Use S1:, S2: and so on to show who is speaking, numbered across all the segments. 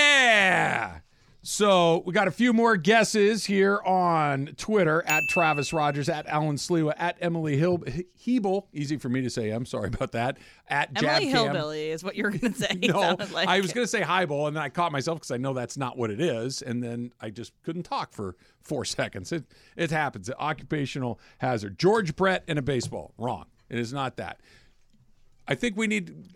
S1: Yeah. So we got a few more guesses here on Twitter at Travis Rogers, at Alan Slewa, at Emily Hill Hebel. Easy for me to say. I'm sorry about that. At Jab
S2: Emily Hillbilly is what you were going to say. It
S1: No,
S2: sounded like.
S1: I was going to say highball, and then I caught myself because I know that's not what it is, and then I just couldn't talk for four seconds. It it happens. Occupational hazard. George Brett and a baseball. Wrong. It is not that. I think we need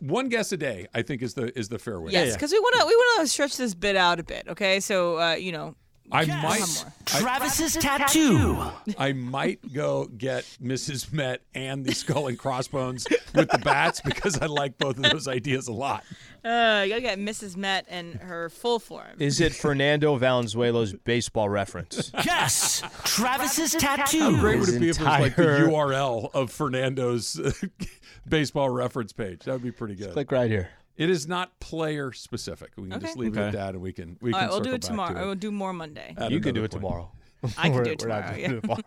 S1: one guess a day. I think is the is the fair way.
S2: yes, because we want to we want to stretch this bit out a bit. Okay, so uh, you know,
S1: I
S2: Yes.
S1: might
S3: Travis's tattoo.
S1: I might go get Mrs. Met and the skull and crossbones with the bats because I like both of those ideas a lot.
S2: uh, you gotta get Mrs. Met and her full form.
S4: Is it Fernando Valenzuela's baseball reference?
S3: Yes, Travis's
S1: Great
S3: tattoo.
S1: would it be if it was like the
S4: entire-
S1: URL of Fernando's uh, baseball reference page? That would be pretty good.
S4: Click right here.
S1: It is not player specific. We can
S2: Okay.
S1: just leave it at that, and we can we
S2: All
S1: can
S2: right, we'll do
S1: circle
S2: it
S1: back
S2: tomorrow.
S1: to
S2: We'll do more Monday.
S1: at
S4: You could do
S1: another
S4: it
S1: point.
S4: tomorrow.
S2: I could
S4: We're-
S2: do it
S4: we're not
S2: tomorrow.
S4: doing
S2: Yeah.
S4: it tomorrow.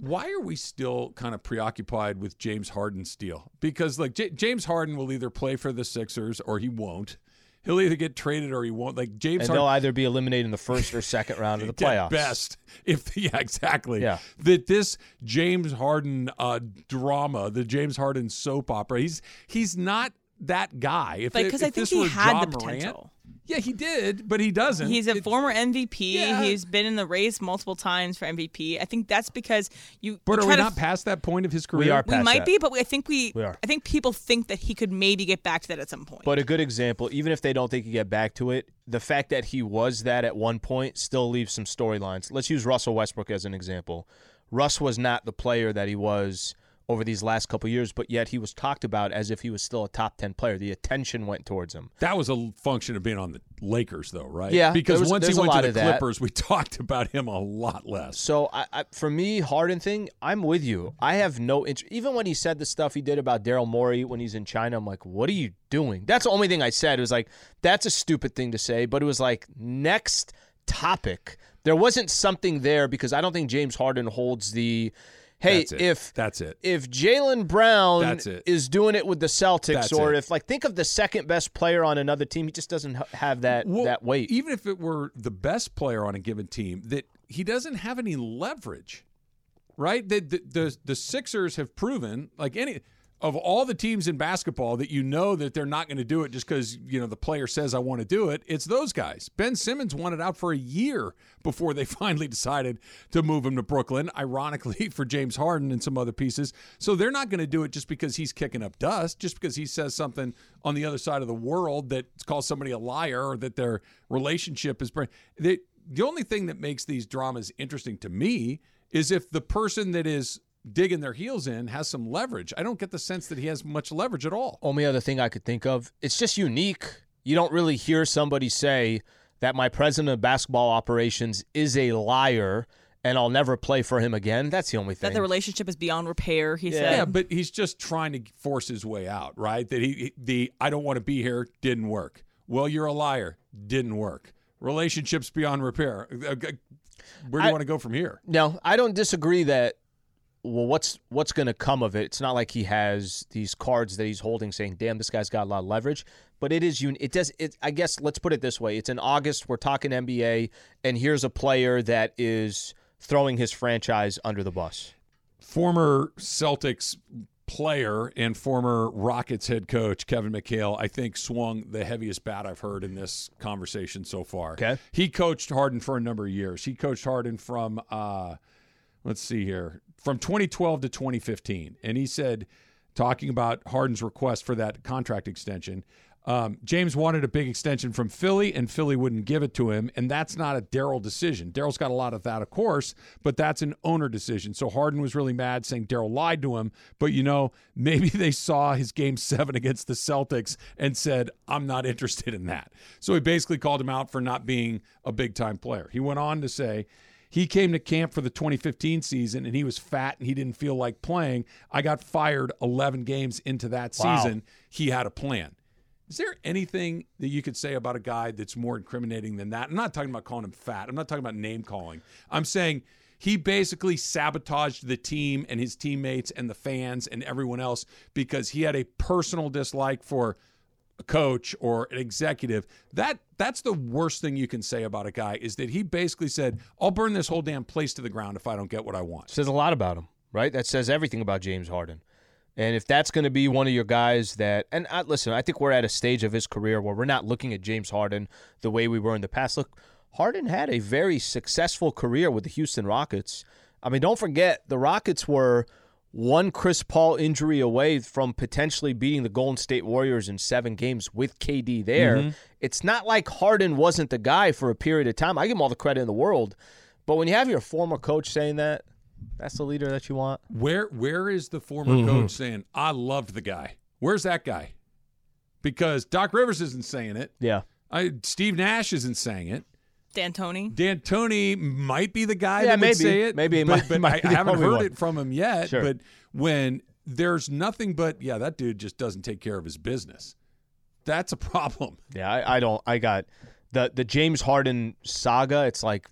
S1: Why are we still kind of preoccupied with James Harden steal? Because like J- James Harden will either play for the Sixers or he won't. He'll either get traded or he won't. Like James
S4: And
S1: Harden
S4: they'll either be eliminated in the first or second round of the
S1: at
S4: playoffs.
S1: best if yeah exactly
S4: Yeah.
S1: that this James Harden uh, drama the James Harden soap opera he's he's not that guy if
S2: But
S1: it-
S2: because
S1: if
S2: I think
S1: this
S2: he
S1: were
S2: had
S1: Ja
S2: the
S1: Morant-
S2: potential.
S1: yeah he did but he doesn't
S2: He's a
S1: It-
S2: former MVP.
S1: Yeah.
S2: He's been in the race multiple times for MVP. I think that's because you.
S1: but
S2: you
S1: are
S2: try
S1: we
S2: to
S1: not past that point of his career
S4: We are
S2: we
S4: past
S2: might
S4: that.
S2: be, but I think we,
S4: We are.
S2: I think people think that he could maybe get back to that at some point.
S4: But a good example, even if they don't think you get back to it, the fact that he was that at one point still leaves some storylines. Let's use Russell Westbrook as an example. Russ was not the player that he was over these last couple years, but yet he was talked about as if he was still a top 10 player. The attention went towards him.
S1: that was a function of being on the Lakers though right
S4: Yeah,
S1: because
S4: there was-
S1: once he
S4: there's a
S1: went
S4: lot
S1: to
S4: of
S1: the
S4: that.
S1: Clippers we talked about him a lot less
S4: So I, I, for me, Harden thing, I'm with you. I have no interest. Even when he said the stuff he did about Daryl Morey when he's in China, I'm like, what are you doing? That's the only thing I said. It was like, that's a stupid thing to say. But it was like, next topic. There wasn't something there because I don't think James Harden holds the, hey,
S1: that's it
S4: if
S1: that's it
S4: if Jalen Brown
S1: That's it.
S4: is doing it with the Celtics,
S1: That's
S4: or
S1: it.
S4: if like think of the second best player on another team, he just doesn't h- have that
S1: Well,
S4: that weight.
S1: Even if it were the best player on a given team, that he doesn't have any leverage, right? The the the, the Sixers have proven like any. Of all the teams in basketball that you know that they're not going to do it just because you know the player says I want to do it, it's those guys. Ben Simmons wanted out for a year before they finally decided to move him to Brooklyn. Ironically, for James Harden and some other pieces, so they're not going to do it just because he's kicking up dust, just because he says something on the other side of the world that calls somebody a liar or that their relationship is. br- They, the only thing that makes these dramas interesting to me is if the person that is digging their heels in has some leverage. I don't get the sense that he has much leverage at all.
S2: Oh,
S4: only other thing I could think of. It's just unique. You don't really hear somebody say that my president of basketball operations is a liar and I'll never play for him again. That's the only
S2: that
S4: thing.
S2: the relationship is beyond repair. He
S4: Yeah.
S2: said.
S1: Yeah, but he's just trying to force his way out, right? That he the I don't want to be here didn't work. Well, you're a liar. Didn't work. Relationships beyond repair. Uh, Where do you
S4: I-
S1: want to go from here?
S4: no, I don't disagree that well what's what's going to come of it? It's not like he has these cards that he's holding saying, "Damn, this guy's got a lot of leverage." But it is un- it does it I guess let's put it this way. It's in August, we're talking NBA and here's a player that is throwing his franchise under the bus.
S1: former Celtics player and former Rockets head coach Kevin McHale, I think, swung the heaviest bat I've heard in this conversation so far.
S4: Okay.
S1: He coached Harden for a number of years. He coached Harden from, uh, let's see here, from 2012 to 2015. And he said, talking about Harden's request for that contract extension, um, James wanted a big extension from Philly, and Philly wouldn't give it to him. And that's not a Daryl decision. Daryl's got a lot of that, of course, but that's an owner decision. So Harden was really mad, saying Daryl lied to him. But, you know, maybe they saw his game seven against the Celtics and said, I'm not interested in that. So he basically called him out for not being a big time player. He went on to say, he came to camp for the 2015 season and he was fat and he didn't feel like playing. I got fired 11 games into that
S4: Wow.
S1: season. He had a plan. Is there anything that you could say about a guy that's more incriminating than that? I'm not talking about calling him fat. I'm not talking about name calling. I'm saying he basically sabotaged the team and his teammates and the fans and everyone else because he had a personal dislike for a coach or an executive, that that's the worst thing you can say about a guy is that he basically said, "I'll burn this whole damn place to the ground if I don't get what I want."
S4: says a lot about him, right? That says everything about James Harden. And if that's going to be one of your guys that, and I, listen, I think we're at a stage of his career where we're not looking at James Harden the way we were in the past. Look, Harden had a very successful career with the Houston Rockets. I mean, don't forget, the Rockets were one Chris Paul injury away from potentially beating the Golden State Warriors in seven games with KD there. It's not like Harden wasn't the guy for a period of time. I give him all the credit in the world. But when you have your former coach saying that, that's the leader that you want.
S1: Where where is the former coach saying, "I loved the guy"? Where's that guy? Because Doc Rivers isn't saying it.
S4: Yeah.
S1: I, Steve Nash isn't saying it.
S2: D'Antoni.
S1: D'Antoni might be the guy
S4: Yeah,
S1: that
S4: maybe.
S1: would say it.
S4: Maybe he
S1: but,
S4: might-
S1: but
S4: might
S1: I,
S4: be
S1: I
S4: the
S1: haven't
S4: only
S1: heard
S4: one.
S1: it from him yet.
S4: Sure.
S1: But when there's nothing but yeah, that dude just doesn't take care of his business. That's a problem.
S4: Yeah, I, I don't. I got the the James Harden saga. It's like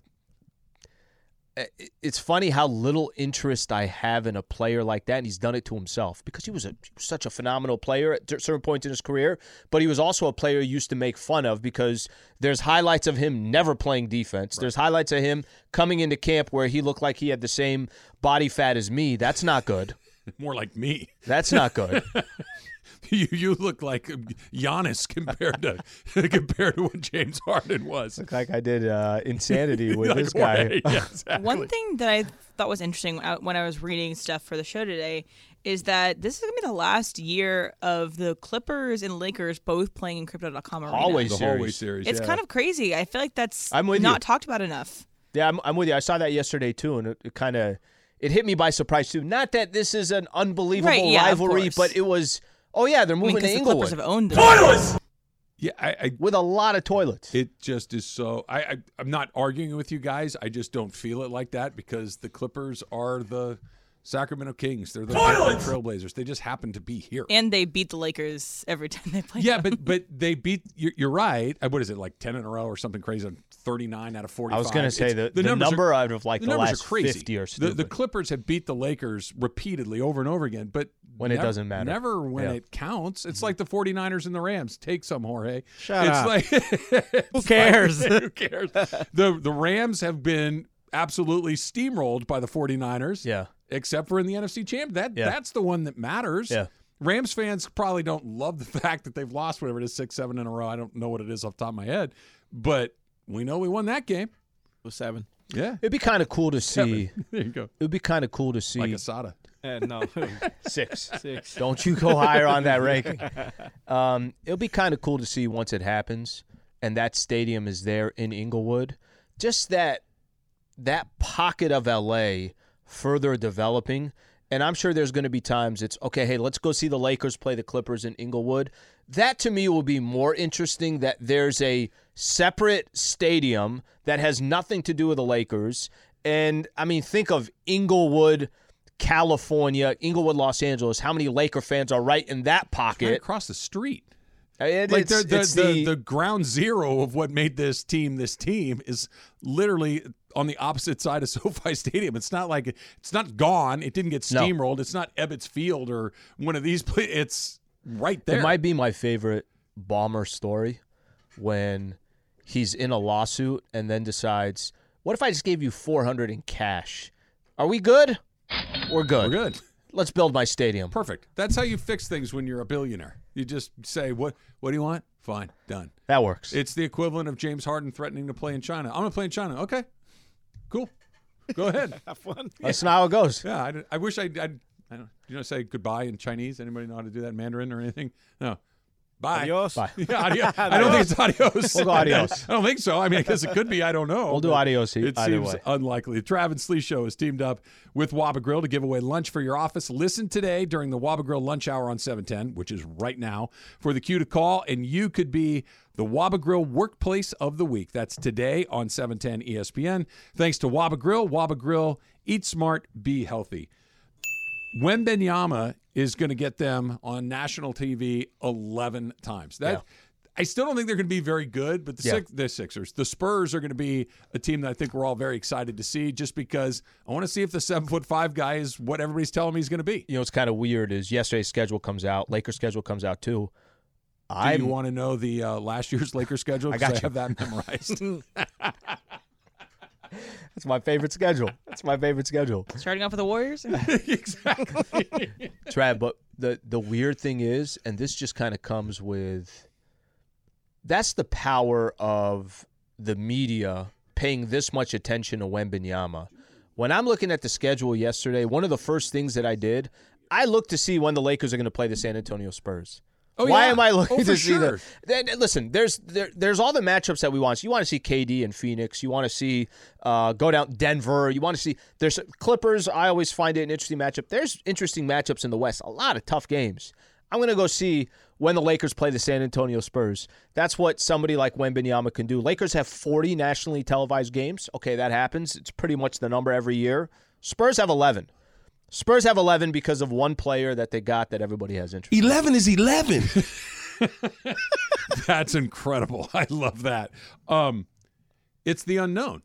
S4: eh, i- it's funny how little interest I have in a player like that, and he's done it to himself because he was a, such a phenomenal player at certain points in his career. But he was also a player used to make fun of because there's highlights of him never playing defense. There's highlights of him coming into camp where he looked like he had the same body fat as me. That's not good.
S1: More like me.
S4: That's not good.
S1: You you look like Giannis compared to compared to what James Harden was.
S4: like I did uh, insanity with
S1: Like,
S4: this guy.
S1: way. Yeah, exactly.
S2: One thing that I thought was interesting when I- when I was reading stuff for the show today is that this is going to be the last year of the Clippers and Lakers both playing in Crypto.com Arena.
S4: Always
S1: the hallway series.
S2: It's
S1: yeah.
S2: kind of crazy. I feel like that's
S4: I'm with
S2: not
S4: you.
S2: talked about enough.
S4: Yeah, I'm, I'm with you. I saw that yesterday too, and it, it kind of it hit me by surprise too. Not that this is an unbelievable
S2: Right, yeah, of
S4: rivalry,
S2: course.
S4: but it was. Oh yeah, they're
S2: I mean,
S4: moving
S2: because
S4: to
S2: the
S4: Inglewood
S2: Clippers have owned them.
S1: yeah. I, I
S4: with a lot of toilets.
S1: It just is so. I, I I'm not arguing with you guys. I just don't feel it like that because the Clippers are the Sacramento Kings. They're the Portland Trailblazers. They just happen to be here.
S2: And they beat the Lakers every time they play.
S1: yeah,
S2: them.
S1: but but they beat. You're, you're right. Uh, What is it like ten in a row or something crazy? Thirty nine out of forty.
S4: I was gonna say the, the,
S1: numbers are-
S4: number out of like
S1: the
S4: the,
S1: numbers
S4: last
S1: are crazy.
S4: fifty or
S1: the,
S4: stupid.
S1: the Clippers have beat the Lakers repeatedly over and over again, but
S4: When it doesn't matter.
S1: Never when
S4: Yeah. Mm-hmm.
S1: it counts. It's like the 49ers and the Rams. Take some, Jorge.
S5: Shut
S1: it's
S5: up.
S1: Like, who
S5: cares?
S1: who cares? The the Rams have been absolutely steamrolled by the 49ers.
S4: yeah,
S1: Except for in the NFC champ. That
S4: Yeah.
S1: that's the one that matters.
S4: Yeah.
S1: Rams fans probably don't love the fact that they've lost whatever it is, six, seven in a row. I don't know what it is off the top of my head. But we know we won that game.
S5: was seven.
S1: Yeah.
S4: it'd be kind of cool to see.
S1: There you go.
S4: It'd be kind of cool to see
S1: Like Asada.
S5: Uh, no,
S4: six.
S5: six.
S4: Don't you go higher on that ranking. Um, it'll be kind of cool to see once it happens, and that stadium is there in Inglewood. Just that that pocket of LA further developing. And I'm sure there's going to be times it's okay. Hey, let's go see the Lakers play the Clippers in Inglewood. That to me will be more interesting. That there's a separate stadium that has nothing to do with the Lakers. And I mean, think of Inglewood, California, Inglewood, Los Angeles. How many Laker fans are right in that
S1: Right
S4: pocket?
S1: across the street.
S4: It-
S1: Like
S4: it's-
S1: the, the,
S4: it's
S1: the, the ground zero of what made this team this team is literally on the opposite side of SoFi Stadium. It's not like it's not gone. It didn't get
S4: No.
S1: steamrolled. It's not Ebbets Field or one of these. Play- it's right there.
S4: It might be my favorite bomber story when he's in a lawsuit and then decides, "What if I just gave you 400 in cash? Are we good? We're good.
S1: We're good.
S4: Let's build my stadium."
S1: Perfect. That's how you fix things when you're a billionaire. You just say what What do you want? Fine, done.
S4: That works.
S1: It's the equivalent of James Harden threatening to play in China. I'm gonna play in China. Okay, cool. Go ahead.
S5: Have fun.
S4: That's not how it goes.
S1: Yeah, I, I wish I, I, I don't. Do you know say goodbye in Chinese? Anybody know how to do that in Mandarin or anything? No. Bye.
S5: Adios.
S4: Bye.
S1: Yeah, adio- I don't think it's adios.
S4: We'll go adios.
S1: I don't think so. I mean, I guess it could be. I don't know.
S4: We'll do
S1: but
S4: adios e-
S1: It
S4: either
S1: seems
S4: way.
S1: unlikely. The Trav and Slee Show is teamed up with Waba Grill to give away lunch for your office. Listen today during the Waba Grill lunch hour on 710, which is right now, for the cue to call, and you could be the Waba Grill Workplace of the Week. That's today on E 710 ESPN. Thanks to Waba Grill. Waba Grill, eat smart, be healthy. Wembenyama is going to get them on national TV 11 times. That I still don't think they're going to be very good, but the,
S4: Yeah.
S1: Six, the Sixers, the Spurs are going to be a team that I think we're all very excited to see just because I want to see if the seven foot five guy is what everybody's telling me he's going to be.
S4: You know, what's kind of weird is yesterday's schedule comes out. Lakers schedule comes out too.
S1: Do
S4: I
S1: you want to know the uh, last year's Lakers schedule?
S4: I
S1: 'Cause
S4: got you.
S1: have that memorized.
S4: that's my favorite schedule. That's my favorite schedule.
S2: Starting off with the Warriors.
S1: exactly.
S4: Trav, but the the weird thing is, and this just kind of comes with that's the power of the media paying this much attention to Wembenyama. When I'm looking at the schedule yesterday, one of the first things that I did, I looked to see when the Lakers are going to play the San Antonio Spurs.
S1: Oh,
S4: Why
S1: yeah.
S4: am I looking
S1: Oh, for
S4: to see
S1: sure.
S4: the? Then, then listen, there's there, there's all the matchups that we want. So you want to see KD and Phoenix. You want to see uh, go down Denver. You want to see there's Clippers. I always find it an interesting matchup. There's interesting matchups in the West. A lot of tough games. I'm gonna go see when the Lakers play the San Antonio Spurs. That's what somebody like Wembenyama can do. Lakers have 40 nationally televised games. Okay, that happens. It's pretty much the number every year. Spurs have 11. Spurs have 11 because of one player that they got that everybody has interest. in.
S5: 11 is 11.
S1: That's incredible. I love that. Um, it's the unknown.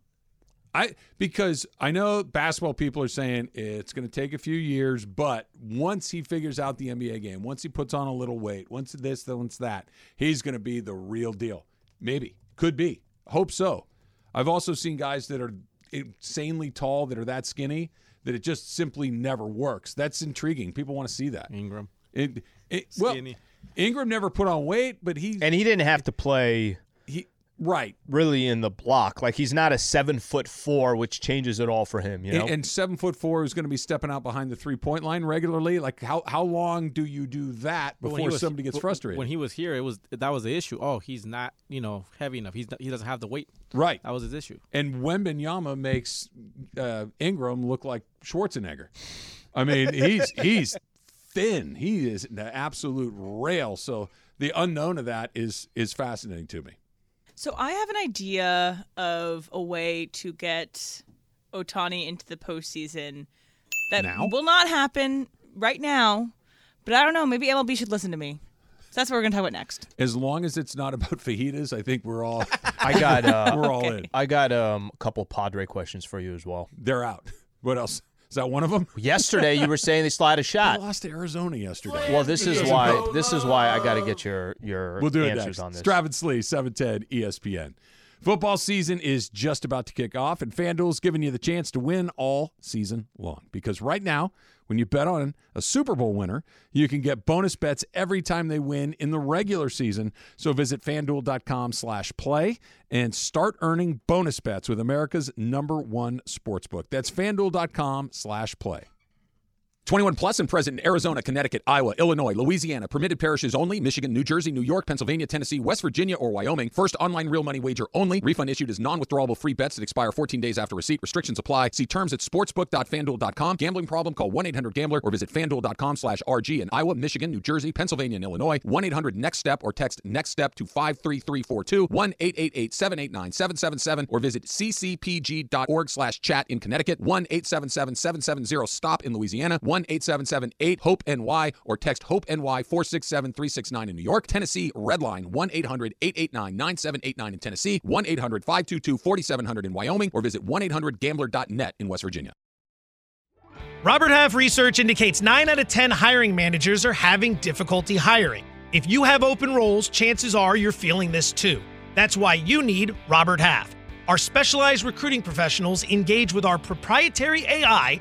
S1: I because I know basketball people are saying it's going to take a few years, but once he figures out the NBA game, once he puts on a little weight, once this, then once that, he's going to be the real deal. Maybe, could be, hope so. I've also seen guys that are insanely tall that are that skinny that it just simply never works. That's intriguing. People want to see that.
S6: Ingram.
S1: It, it, well,
S6: Skinny.
S1: Ingram never put on weight, but he
S4: And he didn't have to play
S1: he right
S4: really in the block. Like he's not a seven foot four, which changes it all for him. You know,
S1: and, and seven foot four is going to be stepping out behind the three point line regularly. Like how how long do you do that
S6: But when
S1: before
S6: he was-
S1: somebody gets
S6: w-
S1: frustrated?
S6: When he was here, it was that was the issue. Oh, he's not, you know, heavy enough. He's not, he doesn't have the weight.
S1: right,
S6: That was his issue.
S1: and Wembenyama makes uh, Ingram look like Schwarzenegger. I mean, he's he's thin. He is an absolute rail. So the unknown of that is is fascinating to me.
S2: So I have an idea of a way to get Otani into the postseason that
S1: Now?
S2: will not happen right now. But I don't know. Maybe MLB should listen to me. So that's what we're gonna talk about next.
S1: As long as it's not about fajitas, I think we're all
S4: I got uh,
S1: we're all in.
S4: I got um, a couple Padre questions for you as well.
S1: They're out. What else? Is that one of them?
S4: Yesterday, you were saying they slide a
S1: I
S4: shot.
S1: lost to Arizona yesterday.
S4: Well, this is why this is why I got to get your your
S1: We'll do it
S4: answers
S1: next.
S4: on this.
S1: Strav and Slee, 710 ESPN. Football season is just about to kick off, and FanDuel's giving you the chance to win all season long. Because right now, when you bet on a Super Bowl winner, you can get bonus bets every time they win in the regular season. So visit fanduel.com slash play and start earning bonus bets with America's number one sportsbook. That's fanduel.com slash play.
S7: 21 plus and present in Arizona, Connecticut, Iowa, Illinois, Louisiana, permitted parishes only, Michigan, New Jersey, New York, Pennsylvania, Tennessee, West Virginia, or Wyoming. First online real money wager only. Refund issued as non withdrawable free bets that expire 14 days after receipt. Restrictions apply. See terms at sportsbook.fanduel.com. Gambling problem? Call 1 800 Gambler or visit fanduel.com slash RG in Iowa, Michigan, New Jersey, Pennsylvania, and Illinois. 1 800 Next Step or text Next Step to 53342 1 888 789 777 or visit ccpg.org slash chat in Connecticut. 1 877 770 STOP in Louisiana. 1 877 8 HOPE NY or text HOPE NY 467 369 in New York. Tennessee, Redline 1 800 889 9789 in Tennessee. 1 800 522 4700 in Wyoming or visit 1 800 gambler.net in West Virginia.
S8: Robert Half research indicates 9 out of 10 hiring managers are having difficulty hiring. If you have open roles, chances are you're feeling this too. That's why you need Robert Half. Our specialized recruiting professionals engage with our proprietary AI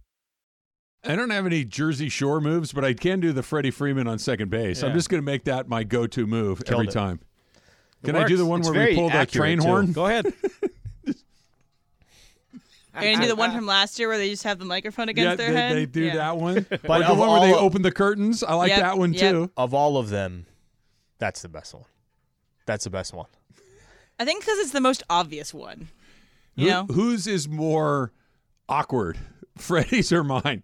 S1: I don't have any Jersey Shore moves, but I can do the Freddie Freeman on second base. I'm just going to make that my go-to move every
S4: it.
S1: time.
S4: It
S1: Can I do
S4: works.
S1: the one
S4: It's
S1: where we
S4: very
S1: pull the
S4: accurate,
S1: train
S4: too.
S1: horn?
S6: Go ahead.
S2: You're gonna do the one from last year where they just have the microphone against
S1: Yeah,
S2: their
S1: they,
S2: head.
S1: they do
S2: Yeah.
S1: that one. but the
S4: of
S1: one where they
S4: all-
S1: open the curtains, I like
S2: Yep,
S1: that one
S2: yep.
S1: too.
S4: Of all of them, that's the best one. That's the best one.
S2: I think because it's the most obvious one. You
S1: Who-
S2: know,
S1: whose is more awkward, Freddie's or mine?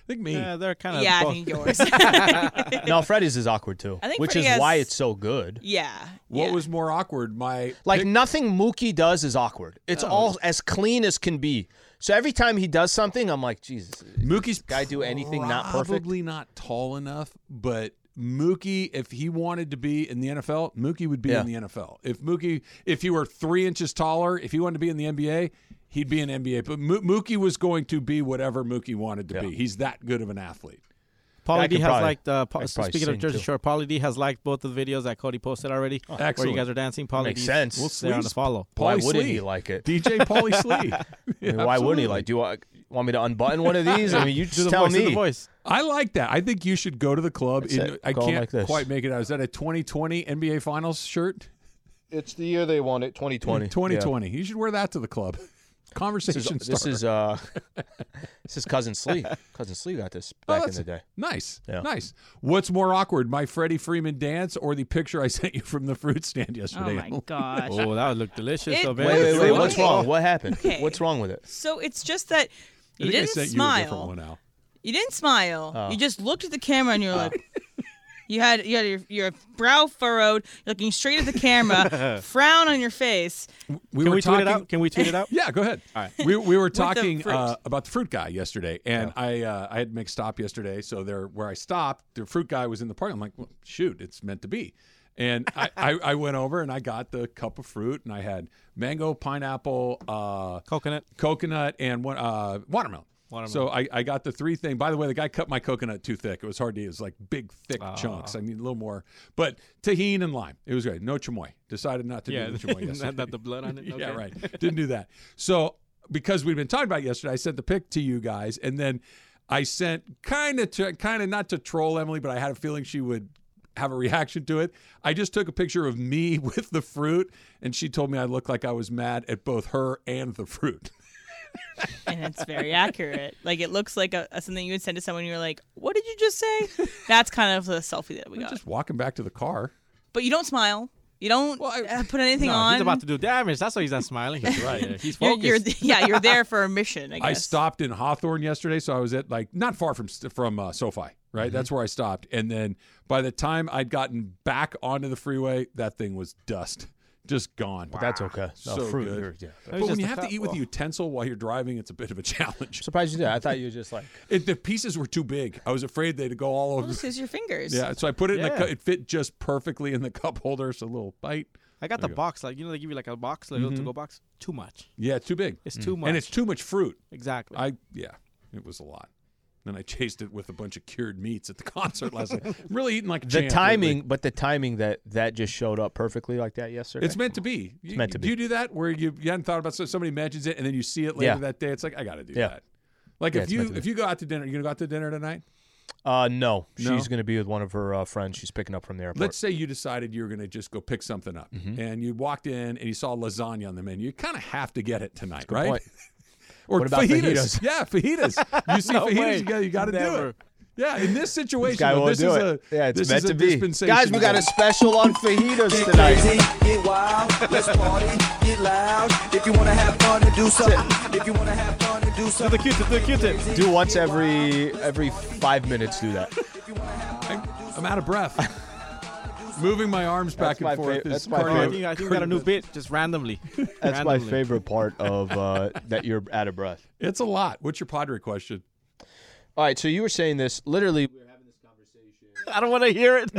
S1: I think me.
S6: Yeah, they're kind of
S2: yeah, I
S6: both.
S2: think yours.
S4: No, Freddy's is awkward too,
S2: I think
S4: which
S2: Freddy
S4: is
S2: has-
S4: why it's so good.
S2: yeah.
S1: what
S2: yeah.
S1: was more awkward? My
S4: Like
S1: pick-
S4: nothing Mookie does is awkward. It's all as clean as can be. So every time he does something, I'm like, Jesus,
S1: Mookie's
S4: guy do anything not perfect?
S1: Probably not tall enough, but Mookie, if he wanted to be in the NFL, Mookie would be
S4: Yeah.
S1: in the NFL. If Mookie, if he were three inches taller, if he wanted to be in the NBA, he'd be in NBA. But Mo- Mookie was going to be whatever Mookie wanted to be. He's that good of an athlete.
S4: I
S6: Pauly D
S4: could
S6: has
S4: probably-
S6: liked. Uh, pa-
S4: I could probably
S6: speaking of
S4: sing,
S6: Jersey
S4: too.
S6: Shore, Pauly D has liked both of the videos that Cody posted already. Where
S1: Excellent.
S6: you guys are dancing. Pauly
S4: Makes
S6: D's
S4: sense. Well,
S6: there on the
S1: Slee's-
S6: follow.
S4: Why
S1: Pauly
S4: wouldn't
S1: Slee.
S4: he like it?
S1: DJ Pauly Slee.
S4: I mean, why wouldn't he like? Do you want, want me to unbutton one of these? I mean, you
S6: Do
S4: just
S6: the
S4: tell
S6: voice. Do
S4: me.
S6: the voice.
S1: I like that. I think you should go to the club.
S4: That's
S1: in-
S4: it.
S1: I
S4: Go
S1: can't
S4: like this.
S1: quite make it out. Is that a 2020 NBA Finals shirt?
S4: It's the year they won it, 2020.
S1: 2020. You should wear that to the club.
S4: This
S1: Conversation
S4: is, this
S1: starter.
S4: is uh, this is cousin Slee. Cousin Slee got this
S1: Oh,
S4: back in
S1: that's
S4: the day.
S1: Nice.
S4: Yeah.
S1: Nice. What's more awkward, my Freddie Freeman dance or the picture I sent you from the fruit stand
S2: Oh
S1: yesterday?
S2: my gosh.
S6: Oh, that would look delicious,
S2: It-
S6: though,
S2: Wait,
S6: baby.
S4: Wait, wait, wait.
S2: Okay.
S4: What's wrong? What happened?
S2: Okay.
S4: What's wrong with it?
S2: So it's just that
S1: I
S2: you
S1: think I
S2: didn't
S1: sent you a different
S2: smile.
S1: one, Al.
S2: You didn't smile. You
S6: Oh.
S2: just looked at the camera and you were like, you had you had your, your brow furrowed, looking straight at the camera, frown on your face.
S1: We
S6: Can
S1: were
S6: we tweet
S1: talking.
S6: it out? Can we tweet it out?
S1: Yeah, go ahead. All right. We, we were
S2: the
S1: talking
S2: fruit.
S1: uh, about the fruit guy yesterday, and I uh, I had mixed stop yesterday, so there where I stopped, the fruit guy was in the park. I'm like, well, shoot, it's meant to be. And I, I, I went over and I got the cup of fruit, and I had mango, pineapple, uh,
S6: Coconut.
S1: coconut and one uh, watermelon.
S6: Watermelon.
S1: So I, I got the three thing. By the way, the guy cut my coconut too thick. It was hard to eat. It was like big, thick
S6: Ah.
S1: chunks. I need a little more. But tahine and lime. It was great. No chamoy. Decided not to
S6: Yeah,
S1: do the chamoy yesterday.
S6: not, not the blood on it.
S1: Yeah,
S6: okay.
S1: right. Didn't do that. So because we've been talking about it yesterday, I sent the pic to you guys, and then I sent kind of to kind of not to troll Emily, but I had a feeling she would have a reaction to it. I just took a picture of me with the fruit, and she told me I looked like I was mad at both her and the fruit.
S2: And it's very accurate. Like it looks like a, a- something you would send to someone. You're like, what did you just say? That's kind of the selfie that we got.
S1: Just walking back to the car.
S2: But you don't smile. You don't
S1: Well, I-
S2: uh, put anything
S6: No,
S2: on.
S6: he's about to do damage. That's why he's not smiling. He's right. Yeah, He's
S2: you're,
S6: focused.
S2: you're- yeah, you're there for a mission. I guess.
S1: I stopped in Hawthorne yesterday, so I was at like not far from from uh, SoFi, right?
S6: Mm-hmm.
S1: That's where I stopped. And then by the time I'd gotten back onto the freeway, that thing was dust, just gone.
S4: But that's okay. No,
S1: So
S4: fruit.
S1: good.
S4: you're- yeah.
S1: But when you have to eat with a utensil while you're driving, it's a bit of a challenge.
S4: Surprised you did. I thought you were just like
S1: It, the pieces were too big. I was afraid they'd go all
S2: Well,
S1: over.
S2: just use your fingers.
S1: Yeah, so I put it in the
S6: Yeah.
S1: cup. It fit just perfectly in the cup holder. It's a little bite.
S6: I got the box. Like you know, they give you like a box, like a little
S1: Mm-hmm.
S6: to-go box. Too much.
S1: Yeah, it's too big.
S6: It's too much.
S1: And it's too much fruit.
S6: exactly.
S1: I yeah, it was a lot. Then I chased it with a bunch of cured meats at the concert last night. I'm really eating like a
S4: the
S1: champ
S4: timing,
S1: lately.
S4: but the timing that that just showed up perfectly like that yesterday.
S1: It's meant to be. It's
S4: meant to
S1: Do you do that where you, you hadn't thought about so somebody mentions it and then you see it later
S4: Yeah.
S1: that day? It's like I got to do
S4: Yeah.
S1: that. Like
S4: Yeah,
S1: if
S4: it's meant
S1: you
S4: to be.
S1: if you go out to dinner, you gonna go out to dinner tonight.
S4: uh, no,
S1: No?
S4: she's going to be with one of her uh, friends. She's picking up from the airport. Mm-hmm.
S1: Let's say you decided you were gonna just go pick something up, and you walked in and you saw lasagna on the menu. You kind of have to get it tonight, right?
S4: point.
S1: or
S4: What about
S1: fajitas?
S4: fajitas?
S1: Yeah, fajitas. You see
S6: No
S1: fajitas,
S6: way.
S1: you gotta- you got to do
S6: Never.
S1: it. Yeah, in this situation,
S4: guy
S1: though,
S4: won't
S1: this
S4: do
S1: is
S4: it.
S1: a
S4: yeah, it's
S1: this
S4: meant
S1: is a
S4: to be.
S1: dispensation.
S4: Guys, we got a special on fajitas tonight.
S5: get wild, let's party, get loud. If you wanna have fun, to do something. If you wanna have fun, to do something.
S4: Do once every every five minutes. Do that.
S1: I'm out of breath. Moving my arms back
S4: That's my
S1: and forth.
S4: fav-
S1: is
S4: that's my
S1: cardio-
S6: Oh, I think I think we got a new bit. Just randomly.
S4: That's my
S6: Randomly.
S4: favorite part of uh, that you're out of breath.
S1: It's a lot. What's your Padre question?
S4: All right, so you were saying this literally,
S6: I don't want to hear it.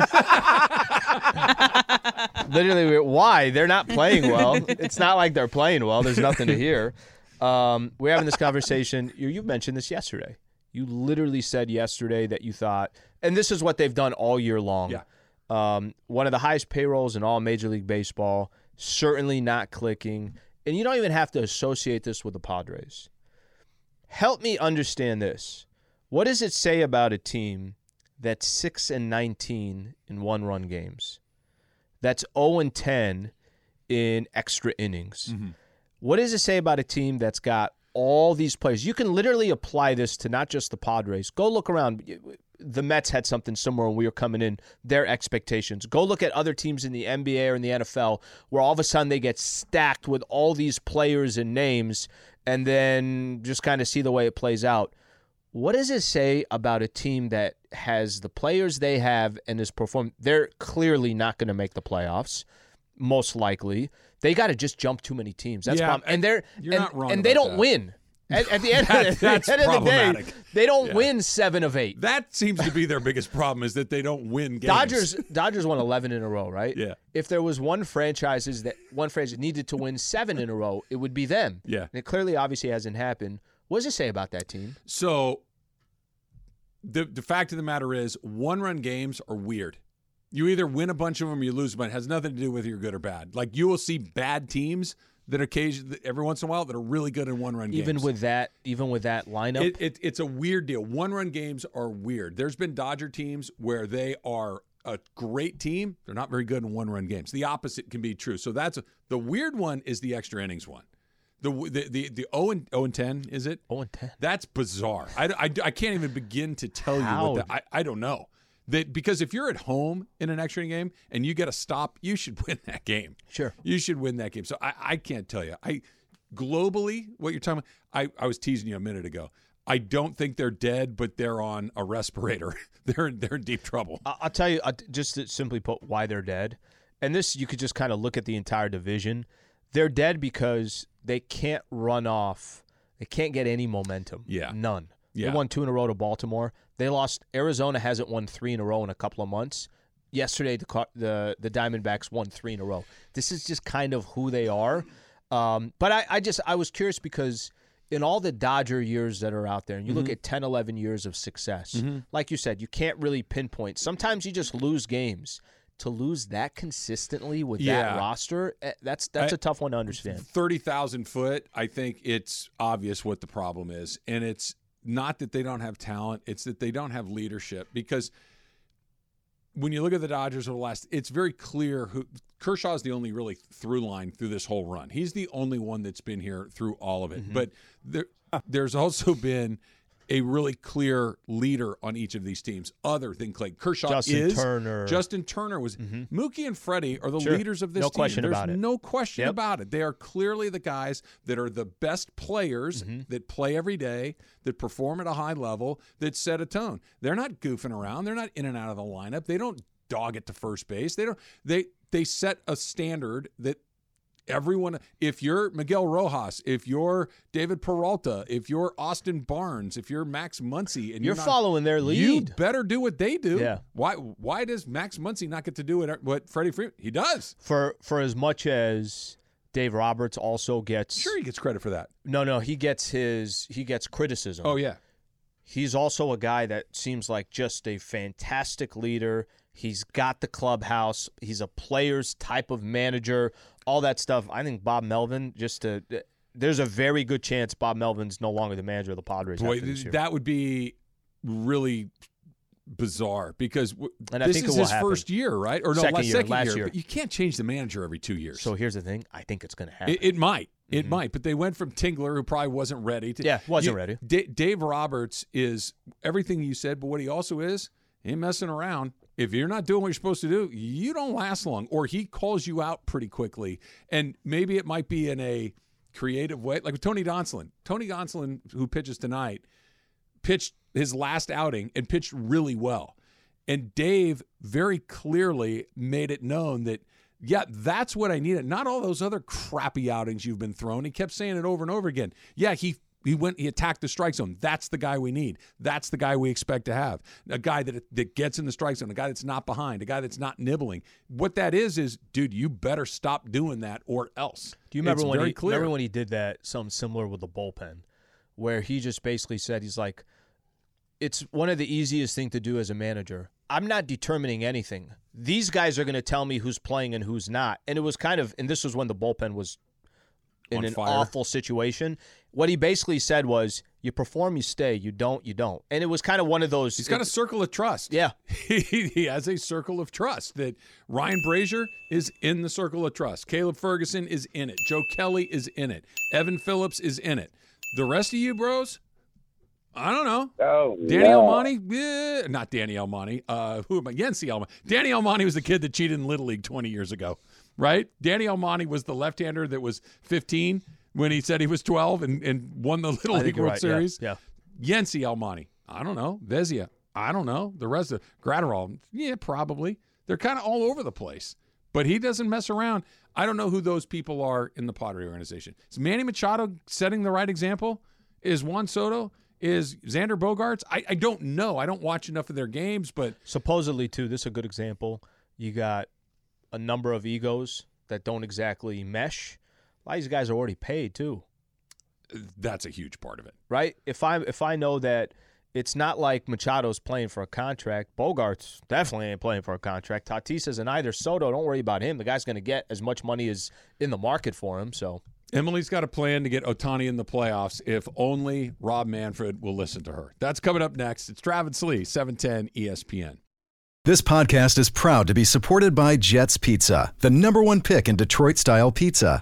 S4: literally. Why they're not playing well? It's not like they're playing well. There's nothing to hear. Um, we're having this conversation. You, you mentioned this yesterday. You You literally said yesterday that you thought, and this is what they've done all year long.
S1: Yeah.
S4: Um, one of the highest payrolls in all Major League Baseball, certainly not clicking. And you don't even have to associate this with the Padres. Help me understand this. What does it say about a team that's 6 and 19 in one run games? That's 0 and 10 in extra innings. What does it say about a team that's got all these players? You can literally apply this to not just the Padres. Go look around. The Mets had something similar when we were coming in, their expectations. Go look at other teams in the NBA or in the NFL where all of a sudden they get stacked with all these players and names and then just kind of see the way it plays out. What does it say about a team that has the players they have and is performing? They're clearly not going to make the playoffs most likely. They got to just jump too many teams. That's
S1: Yeah,
S4: problem. And they're
S1: you're
S4: and,
S1: not wrong
S4: and they
S1: about
S4: don't
S1: that.
S4: win. At, at the end, of, the,
S1: That- that's
S4: end of the day,
S1: problematic.
S4: they don't win seven of eight.
S1: That seems to be their biggest problem is that they don't win games.
S4: Dodgers Dodgers won eleven in a row, right?
S1: Yeah.
S4: If there was one franchises that one franchise needed to win seven in a row, it would be them.
S1: Yeah.
S4: And it clearly, obviously, hasn't happened. What does it say about that team?
S1: So the the fact of the matter is, one run games are weird. You either win a bunch of them, or you lose, but it has nothing to do with you're good or bad. Like you will see bad teams that occasion every once in a while that are really good in one run games.
S4: Even with that, even with that lineup,
S1: It, it, it's a weird deal. One run games are weird. There's been Dodger teams where they are a great team. They're not very good in one run games. The opposite can be true. So that's the weird one is the extra innings one. The the the, the 0 and 0 and 10 is it?
S4: oh and ten.
S1: That's bizarre. I, I, I can't even begin to tell you
S4: How?
S1: what that, I, I don't know. That because if you're at home in an extra inning game and you get a stop, you should win that game.
S4: Sure.
S1: You should win that game. So I, I can't tell you. I globally what you're talking about, I, I was teasing you a minute ago. I don't think they're dead, but they're on a respirator. they're they're in deep trouble.
S4: I- I'll tell you, uh, just to simply put, why they're dead. And this, you could just kind of look at the entire division. They're dead because they can't run off. They can't get any momentum.
S1: Yeah.
S4: None.
S1: Yeah.
S4: They won two in a row to Baltimore. They lost. Arizona hasn't won three in a row in a couple of months. Yesterday, the Car- the the Diamondbacks won three in a row. This is just kind of who they are. Um, but I, I just I was curious because in all the Dodger years that are out there, and you
S1: Mm-hmm.
S4: look at 10, 11 years of success, like you said, you can't really pinpoint. Sometimes you just lose games. To lose that consistently with
S1: Yeah.
S4: that roster, eh, that's that's
S1: I-
S4: a tough one to understand.
S1: thirty thousand foot, I think it's obvious what the problem is, and it's not that they don't have talent; it's that they don't have leadership. Because when you look at the Dodgers over the last, it's very clear who Kershaw's the only really through line through this whole run. He's the only one that's been here through all of it.
S4: Mm-hmm.
S1: But there, there's also been a really clear leader on each of these teams, other than Clay Kershaw
S4: Justin
S1: is
S4: Turner. Mm-hmm.
S1: Justin Turner was Mookie and Freddie are the
S4: Sure.
S1: leaders of this
S4: No
S1: team.
S4: question
S1: There's
S4: about it.
S1: no question
S4: Yep.
S1: about it. They are clearly the guys that are the best players
S4: Mm-hmm.
S1: that play every day, that perform at a high level, that set a tone. They're not goofing around. They're not in and out of the lineup. They don't dog it to first base. They don't they they set a standard that everyone if you're Miguel Rojas, if you're David Peralta, if you're Austin Barnes, if you're Max Muncy and
S4: You're
S1: you're not-
S4: following their
S1: you
S4: lead.
S1: better do what they do.
S4: Yeah.
S1: Why? Why does Max Muncy not get to do what, what Freddie Freeman? He does.
S4: for for as much as Dave Roberts also gets
S1: Sure, he gets credit for that.
S4: no no he gets his he gets criticism.
S1: Oh yeah.
S4: He's also a guy that seems like just a fantastic leader. He's got the clubhouse. He's a player's type of manager. All that stuff. I think Bob Melvin just to there's a very good chance Bob Melvin's no longer the manager of the Padres.
S1: Boy,
S4: after this
S1: th-
S4: year.
S1: that would be really bizarre because w-
S4: And I
S1: this
S4: think
S1: is
S4: it will
S1: his
S4: happen.
S1: first year, right? Or no,
S4: Second
S1: last,
S4: year,
S1: second
S4: last
S1: year.
S4: year.
S1: But you can't change the manager every two years.
S4: so here's the thing. I think it's going to happen. Mm-hmm.
S1: It, it might. It might, but they went from Tingler, who probably wasn't ready, to
S4: Yeah, wasn't
S1: You-
S4: ready.
S1: Da- Dave Roberts is everything you said, but what he also is, he ain't messing around. If you're not doing what you're supposed to do, you don't last long, or he calls you out pretty quickly. And maybe it might be in a creative way, like with Tony Gonsolin. Tony Gonsolin, who pitches tonight, pitched his last outing and pitched really well. And Dave very clearly made it known that, yeah, that's what I needed. Not all those other crappy outings you've been thrown. He kept saying it over and over again. Yeah, he he went he attacked the strike zone. That's the guy we need. That's the guy we expect to have. A guy that that gets in the strike zone, a guy that's not behind, a guy that's not nibbling. What that is is, dude, you better stop doing that or else.
S4: Do you remember
S1: It's
S4: when
S1: very
S4: he
S1: clear.
S4: remember when he did that something similar with the bullpen, where he just basically said he's like, it's one of the easiest thing to do as a manager. I'm not determining anything. These guys are going to tell me who's playing and who's not. And it was kind of, and this was when the bullpen was in
S1: On
S4: an
S1: fire.
S4: awful situation. What he basically said was, "You perform, you stay. You don't, you don't." And it was kind of one of those.
S1: He's got a circle of trust.
S4: yeah.
S1: He, he has a circle of trust that Ryan Brazier is in the circle of trust. Caleb Ferguson is in it. Joe Kelly is in it. Evan Phillips is in it. The rest of you bros, I don't know.
S9: Oh,
S1: Danny
S9: no.
S1: Almonte, yeah, not Danny Almonte. Uh, who am I? Yancy Almonte. Danny Almonte was the kid that cheated in Little League 20 years ago, right? Danny Almonte was the left-hander that was 15 when he said he was 12 and, and won the Little
S4: I
S1: League
S4: think you're
S1: World
S4: right, yeah,
S1: Series.
S4: yeah.
S1: Yancy Almonte. I don't know. Vezia. I don't know. The rest of Gratterall. Yeah, probably. They're kind of all over the place. But he doesn't mess around. I don't know who those people are in the Pottery organization. Is Manny Machado setting the right example? Is Juan Soto? Is Xander Bogarts? I, I don't know. I don't watch enough of their games, but
S4: supposedly too this is a good example you got a number of egos that don't exactly mesh a lot of these guys are already paid too
S1: that's a huge part of it.
S4: right if i if i know that it's not like machado's playing for a contract bogart's definitely ain't playing for a contract tatis isn't either soto don't worry about him the guy's going to get as much money as in the market for him so
S1: Emily's got a plan to get Otani in the playoffs if only Rob Manfred will listen to her. That's coming up next. It's Travis Lee, E 710 ESPN.
S10: This podcast is proud to be supported by Jets Pizza, the number one pick in Detroit style pizza.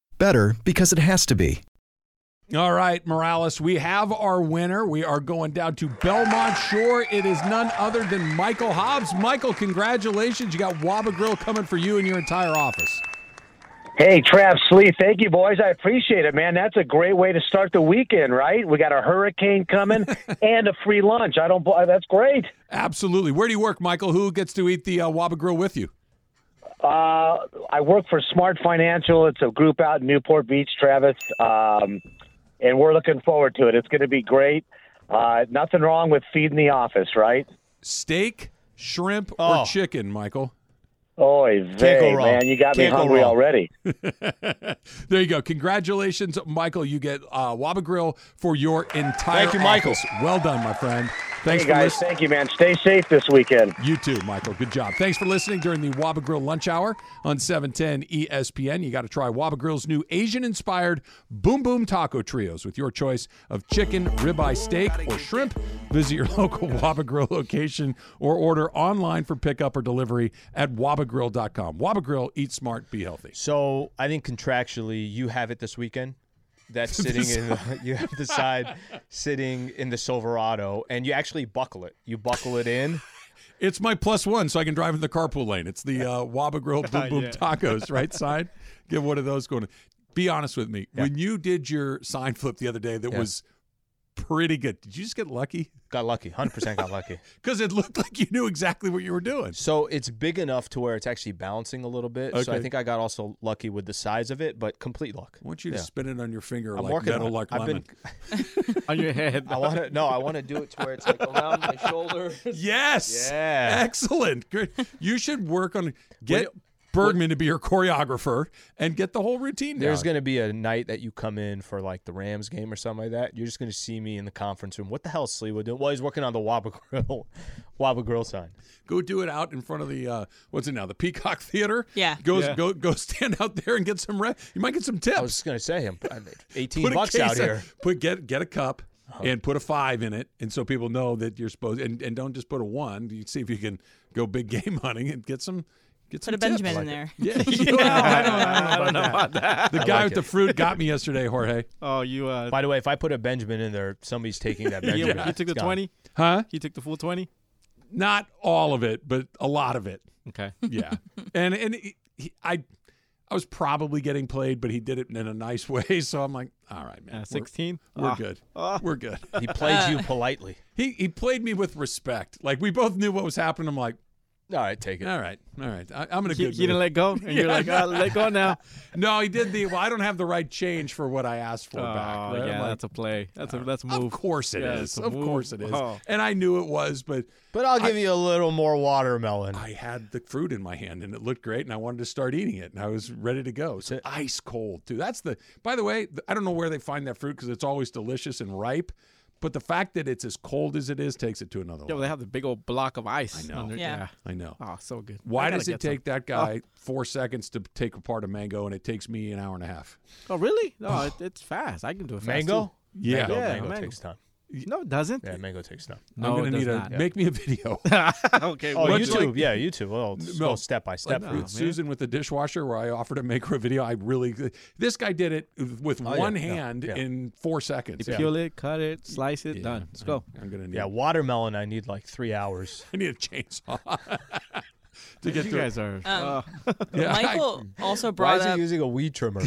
S10: Better because it has to be.
S1: All right, Morales, we have our winner. We are going down to Belmont Shore. It is none other than Michael Hobbs. Michael, congratulations. You got Waba Grill coming for you and your entire office.
S9: Hey, Trav Slee, thank you, boys. I appreciate it, man. That's a great way to start the weekend, right? We got a hurricane coming and a free lunch. I don't. bl- That's great.
S1: Absolutely. Where do you work, Michael? Who gets to eat the uh, Waba Grill with you?
S9: Uh, I work for Smart Financial. It's a group out in Newport Beach, Travis, um, and we're looking forward to it. It's going to be great. Uh, nothing wrong with feeding the office, right?
S1: Steak, shrimp,
S4: Oh.
S1: or chicken, Michael?
S9: Oy
S4: go
S9: vey,
S4: wrong.
S9: man, you got me
S4: Can't go
S9: hungry
S4: wrong.
S9: already.
S1: There you go. Congratulations, Michael. You get uh, Waba Grill for your entire
S4: Thank you, Michael.
S1: office. Well done, my friend. Thanks
S9: Hey
S1: for
S9: guys,
S1: listening.
S9: thank you, man. Stay safe this weekend.
S1: You too, Michael. Good job. Thanks for listening during the Waba Grill lunch hour on E 710 ESPN. You got to try Waba Grill's new Asian inspired Boom Boom Taco Trios with your choice of chicken, ribeye steak, or shrimp. Visit your local Waba Grill location or order online for pickup or delivery at wabagrill.com. Waba Grill, eat smart, be healthy.
S4: so i think contractually you have it this weekend that's sitting in the, you have the side sitting in the silverado and you actually buckle it you buckle it in
S1: It's my plus one, so I can drive in the carpool lane. It's the uh, Waba Grill Boom Boom Tacos, right side. Get one of those going. Be honest with me. When you did your sign flip the other day, that was pretty good. Did you just get lucky?
S4: Got lucky. 100% got lucky.
S1: Because it looked like you knew exactly what you were doing.
S4: So it's big enough to where it's actually bouncing a little bit. So I
S1: Okay.
S4: think I got also lucky with the size of it, but complete luck.
S1: I want you to
S4: Yeah.
S1: spin it on your finger
S4: I'm
S1: like
S4: working on
S1: metal
S4: it.
S1: like
S4: I've
S1: lemon.
S4: been,
S6: on your head.
S4: I want to no, I want to do it to where it's like around my shoulder.
S1: Yes.
S4: Yeah.
S1: Excellent. Good. You should work on get
S4: What-
S1: Bergman to be your choreographer and get the whole routine down.
S4: There's going to be a night that you come in for like the Rams game or something like that. You're just going to see me in the conference room. What the hell is Sliwa doing? Well, he's working on the Wabba Grill, Wabba Grill sign.
S1: go do it out in front of the uh, what's it now the Peacock Theater.
S2: Yeah.
S1: go go go stand out there and get some rest. You might get some tips.
S4: I was just going to say him. 18
S1: put a
S4: bucks out
S1: case on-
S4: here. Uh-huh.
S1: Put get get a cup and put a five in it, and so people know that you're supposed. And, and don't just put a one. You see if you can go big game hunting and get some. Get
S2: Put
S1: some
S2: a Benjamin
S1: tips.
S2: in there.
S1: Yeah, Well, I don't, I don't know about that. The guy
S4: like
S1: with the
S4: it.
S1: fruit got me yesterday, Jorge.
S6: Oh, you uh,
S4: By the way, if I put a Benjamin in there, somebody's taking that
S6: you,
S4: Benjamin.
S6: you took
S4: It's
S6: the
S4: gone.
S6: twenty.
S1: Huh?
S6: He took the full twenty.
S1: Not all of it, but a lot of it.
S6: Okay.
S1: Yeah, and and he, he- I I was probably getting played, but he did it in a nice way. So I'm like, all right, man.
S6: Uh,
S1: we're-
S6: 16?
S1: We're,
S6: Ah.
S1: good.
S6: Ah.
S1: We're good.
S4: He played you politely.
S1: He he played me with respect. Like we both knew what was happening. I'm like,
S4: All right, take it.
S1: all right, all right. I, I'm gonna.
S6: He, he didn't let go, and you're
S1: Yeah.
S6: like, oh, let go now.
S1: No, he did the. Well, I don't have the right change for what I asked for
S6: Oh,
S1: back. right? I'm
S6: yeah,
S1: like,
S6: that's a play. That's a that's a move.
S1: Of course it is.
S6: Yeah, it's a
S1: Of
S6: move.
S1: course it is.
S6: Oh.
S1: And I knew it was, but
S4: But I'll give you a little more watermelon.
S1: I had the fruit in my hand and it looked great and I wanted to start eating it and I was ready to go. So ice cold, too. That's the By the way, th- I don't know where they find that fruit cuz it's always delicious and ripe, but the fact that it's as cold as it is takes it to another
S6: Yeah, well,
S1: level.
S6: they have the big old block of ice.
S1: know.
S6: under-
S2: Yeah.
S6: yeah.
S1: I know.
S6: Oh, so good. I
S1: Why
S6: gotta
S1: does it
S6: get some. Oh,
S1: take that guy 4 seconds to take apart a mango and it takes me an hour and a half?
S6: Oh, really? No, it, it's fast. I can do it fast.
S4: Mango?
S1: Yeah.
S4: Mango,
S6: Yeah,
S4: mango,
S6: mango.
S4: takes time.
S6: too. No, it doesn't.
S4: Yeah, mango takes time.
S6: No,
S1: I'm going
S6: it
S1: to
S6: does
S1: need a
S6: not.
S1: make me a video.
S6: okay.
S4: Oh,
S6: well,
S1: Much
S4: YouTube.
S1: like-
S4: yeah, YouTube. Well, it's
S1: No.
S4: go step by step.
S6: oh,
S1: with Susan with the dishwasher where I offered to make her a video. I really this guy did it with one
S4: Oh, yeah, no,
S1: hand
S4: yeah.
S1: in four seconds.
S6: you peel it, cut it, slice it, done. Let's go.
S1: I'm gonna need
S4: yeah, watermelon. I need like three hours.
S1: I need a chainsaw to get
S6: You
S1: through.
S6: guys are. oh.
S1: Yeah, I-
S2: Um, Michael also
S4: Why
S2: brought
S4: is
S2: up
S4: he using a weed trimmer?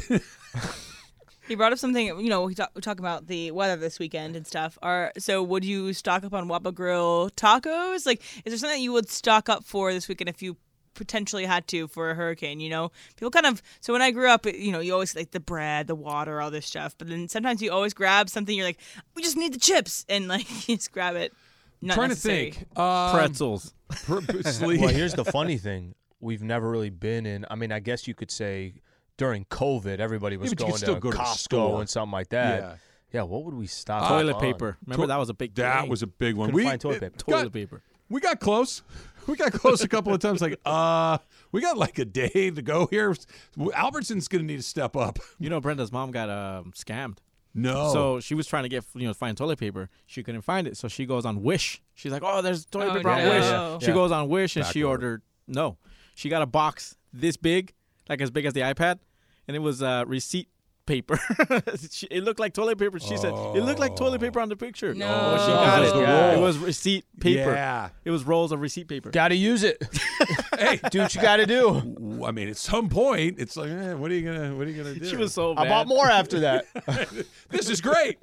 S2: He brought up something. You know, we talk, we talk about the weather this weekend and stuff. Are so? Would you stock up on Wapa Grill tacos? Like, is there something that you would stock up for this weekend if you potentially had to for a hurricane? You know, people kind of. So when I grew up, you know, you always like the bread, the water, all this stuff. But then sometimes you always grab something. You're like, we just need the chips, and like you just grab it. Not
S1: trying to
S2: necessary.
S1: think. Um,
S6: pretzels.
S1: purposely-
S4: well, here's the funny thing: we've never really been in. I mean, I guess you could say during COVID, everybody was
S1: but you could
S4: going
S1: still
S4: to
S1: go to the
S4: Costco
S1: store.
S4: and something like that.
S1: Yeah.
S4: Yeah. what would we stop?
S6: toilet
S4: on?
S6: paper. Remember that was a big.
S1: that
S6: thing.
S1: was a big one.
S4: Couldn't
S1: we
S4: find toilet
S1: it-
S4: paper.
S1: got-
S6: toilet paper.
S1: We got close. We got close a couple of times. Like, uh, we got like a day to go here. Albertson's gonna need to step up.
S6: You know, Brenda's mom got um, scammed.
S1: No.
S6: So she was trying to get you know find toilet paper. She couldn't find it, so she goes on Wish. She's like, "Oh, there's toilet
S2: Oh,
S6: paper on
S2: yeah,
S6: Wish."
S2: yeah,
S6: She goes on Wish and she ordered. No, she got a box this big, like as big as the iPad, and it was uh, receipt paper. She- it looked like toilet paper. She said it looked like toilet paper on the picture.
S2: No.
S6: But she
S2: Oh,
S6: got
S4: it was
S6: it.
S4: the roll.
S6: It was receipt paper.
S1: Yeah.
S6: It was rolls of receipt paper.
S4: Got to use it. hey, do what you got to do.
S1: I mean, at some point, it's like, eh, what are you gonna, what are you gonna do?
S6: She was so
S4: I
S6: mad.
S4: bought more after that.
S1: this is great.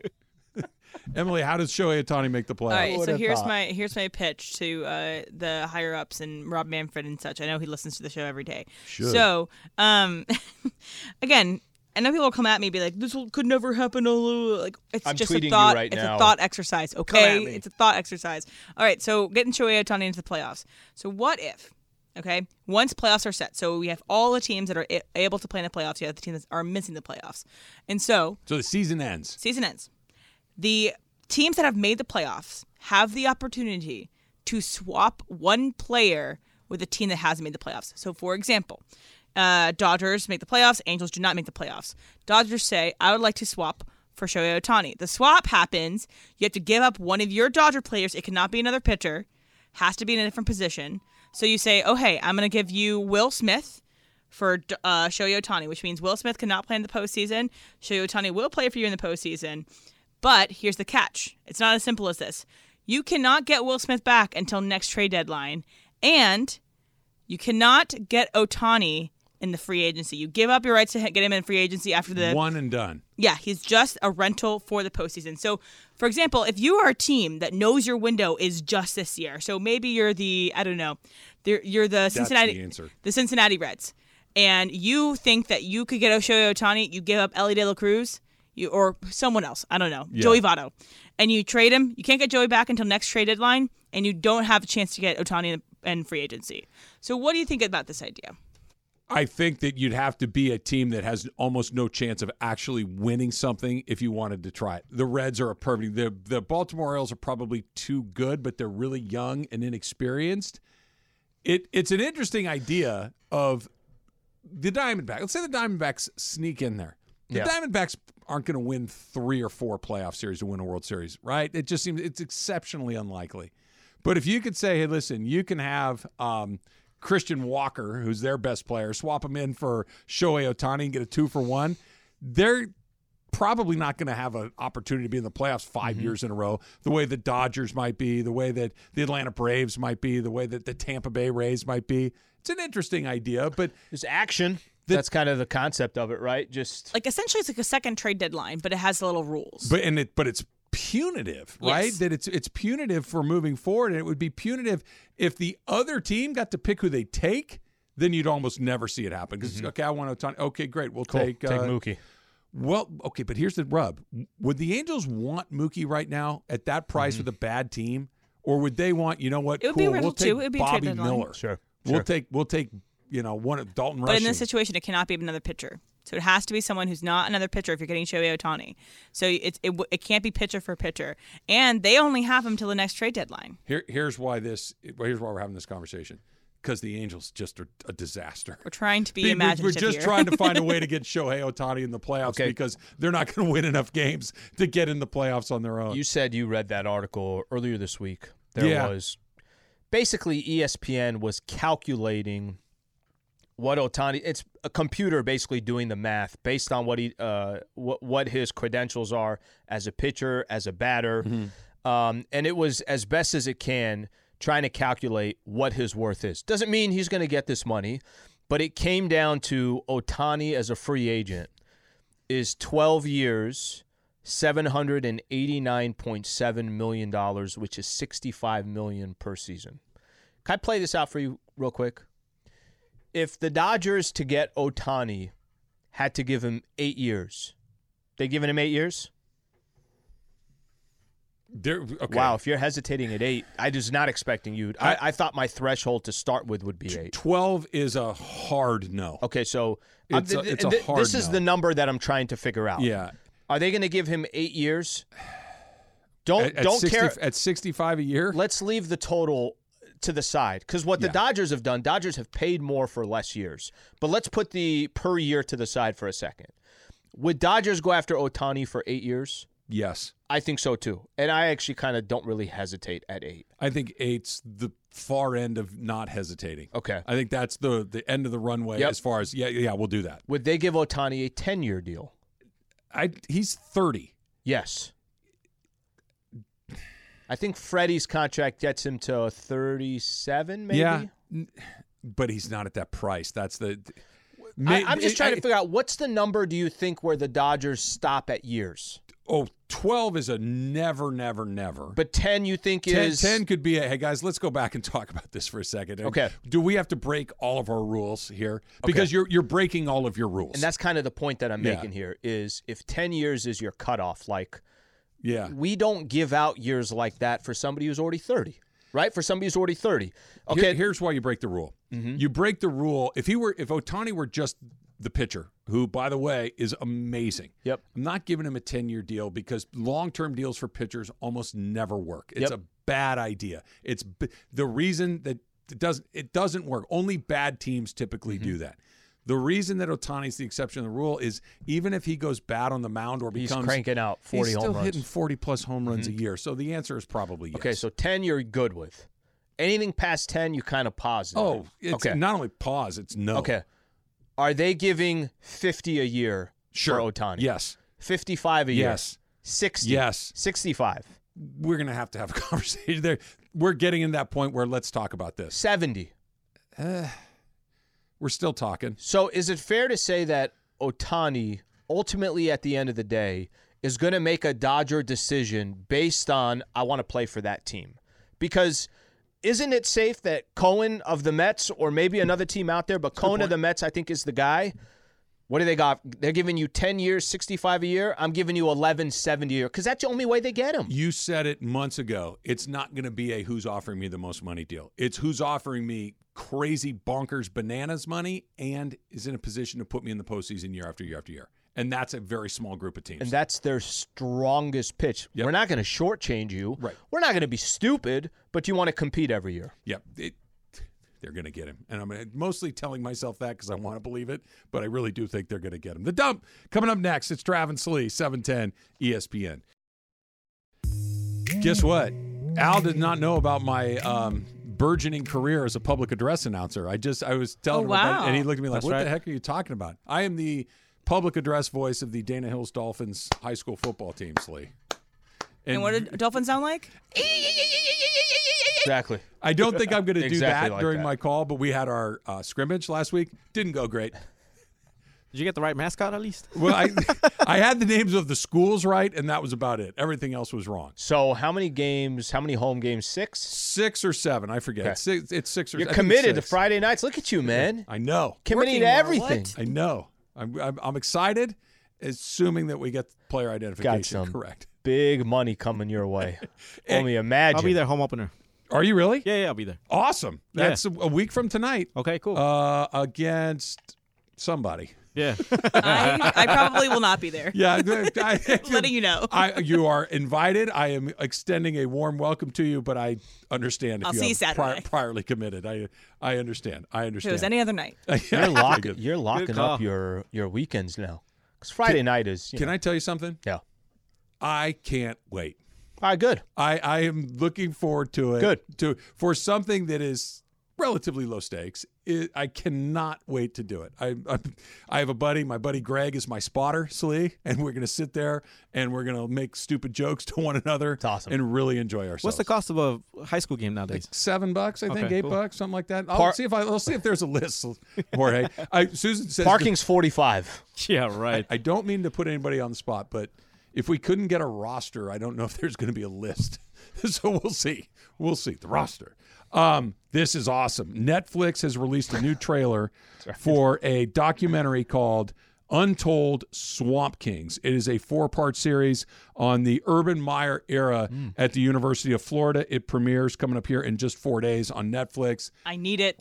S1: Emily, how does Shohei Otani make the playoffs?
S2: All right,
S4: would
S2: so
S4: have
S2: here's
S4: thought.
S2: my here's my pitch to uh, the higher ups and Rob Manfred and such. I know he listens to the show every day. So, um, again, I know people will come at me and be like, "This will- could never happen." blah, blah, blah." Like it's
S4: I'm
S2: just a
S4: tweeting you
S2: thought.
S4: right
S2: it's
S4: now.
S2: a thought exercise. Okay,
S4: me.
S2: it's a thought exercise. All right, so getting Shohei Otani into the playoffs. So what if? Okay, once playoffs are set, so we have all the teams that are a- able to play in the playoffs. You have the teams that are missing the playoffs, and so
S1: So the season ends.
S2: season ends. The teams that have made the playoffs have the opportunity to swap one player with a team that hasn't made the playoffs. So, for example, uh, Dodgers make the playoffs, Angels do not make the playoffs. Dodgers say, I would like to swap for Shohei Otani. The swap happens. You have to give up one of your Dodger players. It cannot be another pitcher, has to be in a different position. So you say, oh, hey, I'm going to give you Will Smith for uh, Shohei Otani, which means Will Smith cannot play in the postseason. Shohei Otani will play for you in the postseason. But here's the catch it's not as simple as this. You cannot get Will Smith back until next trade deadline, and you cannot get Otani in the free agency. You give up your rights to h- get him in free agency after the
S1: One and done.
S2: yeah, he's just a rental for the postseason. So, for example, if you are a team that knows your window is just this year, so maybe you're the I don't know, they're- you're the Cincinnati
S1: the answer.
S2: the Cincinnati Reds, and you think that you could get Shohei Otani, you give up Ellie De La Cruz, you or someone else, I don't know, Joey Votto, and you trade him. You can't get Joey back until next trade deadline, and you don't have a chance to get Otani in, in free agency. So, what do you think about this idea?
S1: I think that you'd have to be a team that has almost no chance of actually winning something if you wanted to try it. The Reds are a perfect. The the Baltimore Orioles are probably too good, but they're really young and inexperienced. It it's an interesting idea of the Diamondbacks. Let's say the Diamondbacks sneak in there. The
S4: Yeah.
S1: Diamondbacks aren't going to win three or four playoff series to win a World Series, right? It just seems it's exceptionally unlikely. But if you could say, hey, listen, you can have um, Christian Walker, who's their best player, swap him in for Shohei Otani and get a two for one, they're probably not going to have an opportunity to be in the playoffs 5
S4: Mm-hmm.
S1: years in a row, the way the Dodgers might be, the way that the Atlanta Braves might be, the way that the Tampa Bay Rays might be. It's an interesting idea, but
S4: There's action. That's kind of the concept of it, right? Just
S2: Like essentially, it's like a second trade deadline, but it has little rules.
S1: But and it but it's punitive, right?
S2: Yes.
S1: That it's it's punitive for moving forward, and it would be punitive if the other team got to pick who they take. Then you'd almost never see it happen because okay, I want Otani. Okay, great, we'll
S4: Mm-hmm. Cool.
S1: take uh,
S4: take Mookie.
S1: Well, okay, but here's the rub: Would the Angels want Mookie right now at that price
S4: Mm-hmm.
S1: with a bad team, or would they want you know what?
S2: It would be
S1: cool,
S2: a
S1: we'll
S2: rental
S1: take
S2: too. It would be a trade
S1: Bobby
S2: deadline.
S1: Miller.
S4: Sure,
S1: we'll
S4: sure.
S1: take we'll take you know one of Dalton
S2: But in
S1: Rushing.
S2: this situation, it cannot be another pitcher. So it has to be someone who's not another pitcher if you're getting Shohei Otani. So it, it, w- it can't be pitcher for pitcher. And they only have him till the next trade deadline.
S1: Here, here's why this. Here's why we're having this conversation because the Angels just are a disaster.
S2: We're trying to be
S1: We- we-
S2: imaginative
S1: We're just
S2: here.
S1: trying to find a way to get Shohei Otani in the playoffs
S4: Okay.
S1: because they're not going to win enough games to get in the playoffs on their own.
S4: You said you read that article earlier this week. There
S1: Yeah.
S4: was basically E ESPN was calculating what Otani. It's a computer basically doing the math based on what he, uh, what what his credentials are as a pitcher, as a batter, um, and it was as best as it can trying to calculate what his worth is. Doesn't mean he's going to get this money, but it came down to Otani as a free agent is twelve years. $789.7 million, which is $65 million per season. Can I play this out for you real quick? If the Dodgers to get Otani had to give him eight years, they giving him eight years?
S1: They're- okay.
S4: Wow, if you're hesitating at eight, I was not expecting you. I, I thought my threshold to start with would be eight.
S1: twelve is a hard no.
S4: Okay, so I'm-
S1: It's a- it's a
S4: th-
S1: hard
S4: this is
S1: no.
S4: the number that I'm trying to figure out.
S1: Yeah,
S4: Are they going to give him eight years? Don't
S1: at, at
S4: don't
S1: 60
S4: care.
S1: at sixty-five a year.
S4: let's leave the total to the side because what
S1: Yeah.
S4: the Dodgers have done, Dodgers have paid more for less years. But let's put the per year to the side for a second. Would Dodgers go after Otani for eight years?
S1: yes,
S4: I think so too. And I actually kind of don't really hesitate at eight.
S1: I think eight's the far end of not hesitating.
S4: Okay.
S1: I think that's the the end of the runway
S4: Yep.
S1: as far as yeah yeah we'll do that.
S4: Would they give Otani a 10 year deal?
S1: I he's thirty.
S4: Yes. I think Freddie's contract gets him to 37, maybe?
S1: Yeah, N- but he's not at that price. That's the.
S4: I, I'm just trying
S1: I-
S4: to figure out what's the number do you think where the Dodgers stop at years?
S1: Oh, 12 is a never, never, never.
S4: But 10 you think
S1: 10,
S4: is
S1: 10 could be a hey guys let's go back and talk about this for a second And
S4: Okay.
S1: do we have to break all of our rules here because you're you're breaking all of your rules
S4: And that's kind of the point that I'm
S1: Yeah.
S4: making here is if 10 years is your cutoff, like
S1: yeah
S4: we don't give out years like that for somebody who's already 30, right? For somebody who's already 30. Okay.
S1: Here- here's why you break the rule
S4: Mm-hmm.
S1: you break the rule if he were if otani were just the pitcher who by the way is amazing
S4: Yep.
S1: i'm not giving him a 10-year deal because long-term deals for pitchers almost never work it's
S4: Yep.
S1: a bad idea it's b- the reason that it doesn't it doesn't work only bad teams typically
S4: Mm-hmm.
S1: do that the reason that Otani's the exception to the rule is even if he goes bad on the mound or
S4: He's
S1: becomes
S4: cranking out 40
S1: he's
S4: home
S1: still
S4: runs. Mm-hmm.
S1: hitting 40 plus home runs a year. So the answer is probably yes.
S4: Okay. So 10 you're good with. Anything past 10, you kind of pause. there.
S1: oh, it's
S4: okay.
S1: not only pause, it's no.
S4: okay. Are they giving 50 a year
S1: Sure.
S4: for Otani?
S1: Yes.
S4: 55 a year?
S1: Yes.
S4: 60?
S1: Yes.
S4: 65?
S1: We're going to have to have a conversation there. We're getting in that point where let's talk about this. Eh.
S4: 70?
S1: We're still talking.
S4: So is it fair to say that Otani ultimately at the end of the day is going to make a Dodger decision based on I want to play for that team? Because isn't it safe that Cohen of the Mets or maybe another team out there, but Cohen of the Mets I think is the guy? What do they got? They're giving you 10 years, 65 a year. I'm giving you 11, 70 a year because that's the only way they get him.
S1: You said it months ago. It's not going to be a who's offering me the most money deal. It's who's offering me crazy bonkers bananas money and is in a position to put me in the postseason year after year after year. And that's a very small group of teams.
S4: And that's their strongest pitch.
S1: Yep.
S4: We're not going to shortchange you.
S1: Right.
S4: We're not going to be stupid, but you want to compete every year.
S1: yeah, it- they're going to get him. And I'm uh, mostly telling myself that because I want to believe it, but I really do think they're going to get him. The dump coming up next. It's Travis Lee, E 710 ESPN. Guess what? Al did not know about my um, burgeoning career as a public address announcer. I just, I was telling
S2: Oh,
S1: him about it,
S2: wow.
S1: and he looked at me like,
S6: That's
S1: what
S6: right.
S1: the heck are you talking about? I am the public address voice of the Dana Hills Dolphins high school football teams, Lee.
S2: and, what did Dolphins sound like?
S4: Exactly.
S1: I don't think I'm going to do
S4: Exactly
S1: that
S4: like
S1: during
S4: that.
S1: my call, but we had our uh, scrimmage last week. Didn't go great.
S6: Did you get the right mascot at least?
S1: Well, I, I had the names of the schools right, and that was about it. Everything else was wrong.
S4: So how many games? How many home games? Six.
S1: Six or seven, I forget.
S4: Okay.
S1: Six, it's six or.
S4: You're
S1: I think it's
S4: committed to
S1: six.
S4: Friday nights. Look at you, man.
S1: I know.
S4: Committing to everything.
S1: I know. I'm, I'm, I'm excited, assuming that we get the player identification
S4: some.
S1: correct.
S4: Big money coming your way. Only imagine.
S6: I'll be there, home opener.
S1: Are you really?
S6: Yeah, yeah, I'll be there.
S1: Awesome.
S6: Yeah.
S1: That's a, a week from tonight
S6: Okay, cool.
S1: uh, against somebody.
S6: yeah.
S2: I, I probably will not be there.
S1: Yeah, I,
S2: Letting you know.
S1: I, you are invited. I am extending a warm welcome to you, but I understand if
S2: I'll
S1: you
S2: see you
S1: have prior,
S2: Saturday.
S1: priorly committed. I I understand. I
S2: If it
S1: understand.
S2: was any other night.
S4: You're, lock,
S1: Good.
S4: you're locking
S6: call.
S4: up your, your weekends now. Because Friday night is. You
S1: Can
S4: know,
S1: I tell you something?
S4: Yeah.
S1: I can't wait.
S4: All right, good.
S1: I, I am looking forward to it.
S4: Good.
S1: To for something that is relatively low stakes. It, I cannot wait to do it. I, I I have a buddy. My buddy Greg is my spotter, Slee, and we're gonna sit there and we're gonna make stupid jokes to one another. It's
S4: awesome.
S1: And really enjoy ourselves.
S6: What's the cost of a high school game nowadays?
S1: Seven bucks, I think,
S6: Okay,
S1: eight
S6: cool.
S1: bucks, something like that. I'll
S4: Par-
S1: see if I, I'll see if there's a list, Jorge. I, Susan says
S4: Parking's 45.
S6: Yeah, right.
S1: I don't mean to put anybody on the spot, but if we couldn't get a roster, I don't know if there's going to be a list. so we'll see. We'll see the roster. Um, this is awesome. Netflix has released a new trailer for a documentary called Untold Swamp Kings. It is a four-part series on the Urban Meyer era
S6: Hmm.
S1: at the University of Florida. It premieres coming up here in just 4 days on Netflix.
S2: I need it.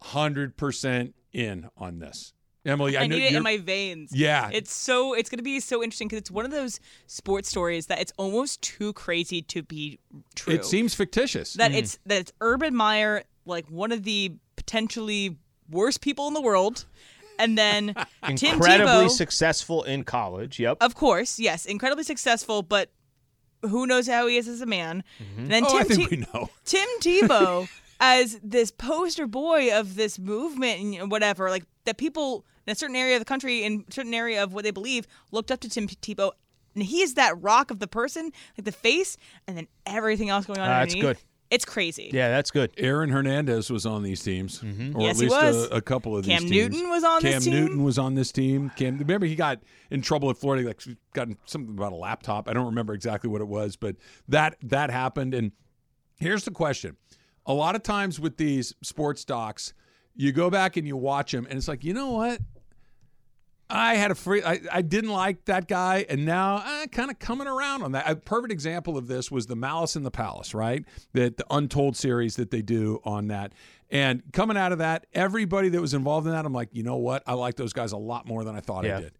S1: 100% in on this. Emily, I,
S2: I
S1: know
S2: need it
S1: you're-
S2: in my veins.
S1: Yeah.
S2: It's so it's going to be so interesting cuz it's one of those sports stories that it's almost too crazy to be true.
S1: It seems fictitious.
S4: Mm. Mm-hmm.
S2: that it's that it's Urban Meyer like one of the potentially worst people in the world and then Tim
S4: Incredibly
S2: Tebow
S4: successful in college. Yep.
S2: of course, yes, incredibly successful but who knows how he is as a man.
S4: Mm-hmm.
S2: And then
S1: oh,
S2: Tim
S1: I think
S2: Te-
S1: we know.
S2: Tim Tebow as this poster boy of this movement and you know, whatever, like that people in a certain area of the country, in a certain area of what they believe, looked up to Tim Tebow. And he is that rock of the person, like the face, and then everything else going on.
S4: Ah, that's
S2: underneath.
S4: good.
S2: It's crazy.
S4: yeah, that's good. Mm-hmm.
S1: Aaron Hernandez was on these teams, or
S2: Yes,
S1: at
S2: he
S1: least
S2: was.
S1: A, a couple of
S2: Cam
S1: these teams.
S2: Newton was on
S1: Cam
S2: this
S1: Cam
S2: team.
S1: Newton was on this team. Cam, remember he got in trouble at Florida, like got in something about a laptop. I don't remember exactly what it was, but that that happened. And here's the question: A lot of times with these sports docs, you go back and you watch them, and it's like, you know what? I had a free. I, I didn't like that guy, and now I'm kind of coming around on that. A perfect example of this was the Malice in the Palace, right? That the Untold series that they do on that. And coming out of that, everybody that was involved in that, I'm like, you know what? I like those guys a lot more than I thought I
S4: Yeah.
S1: did.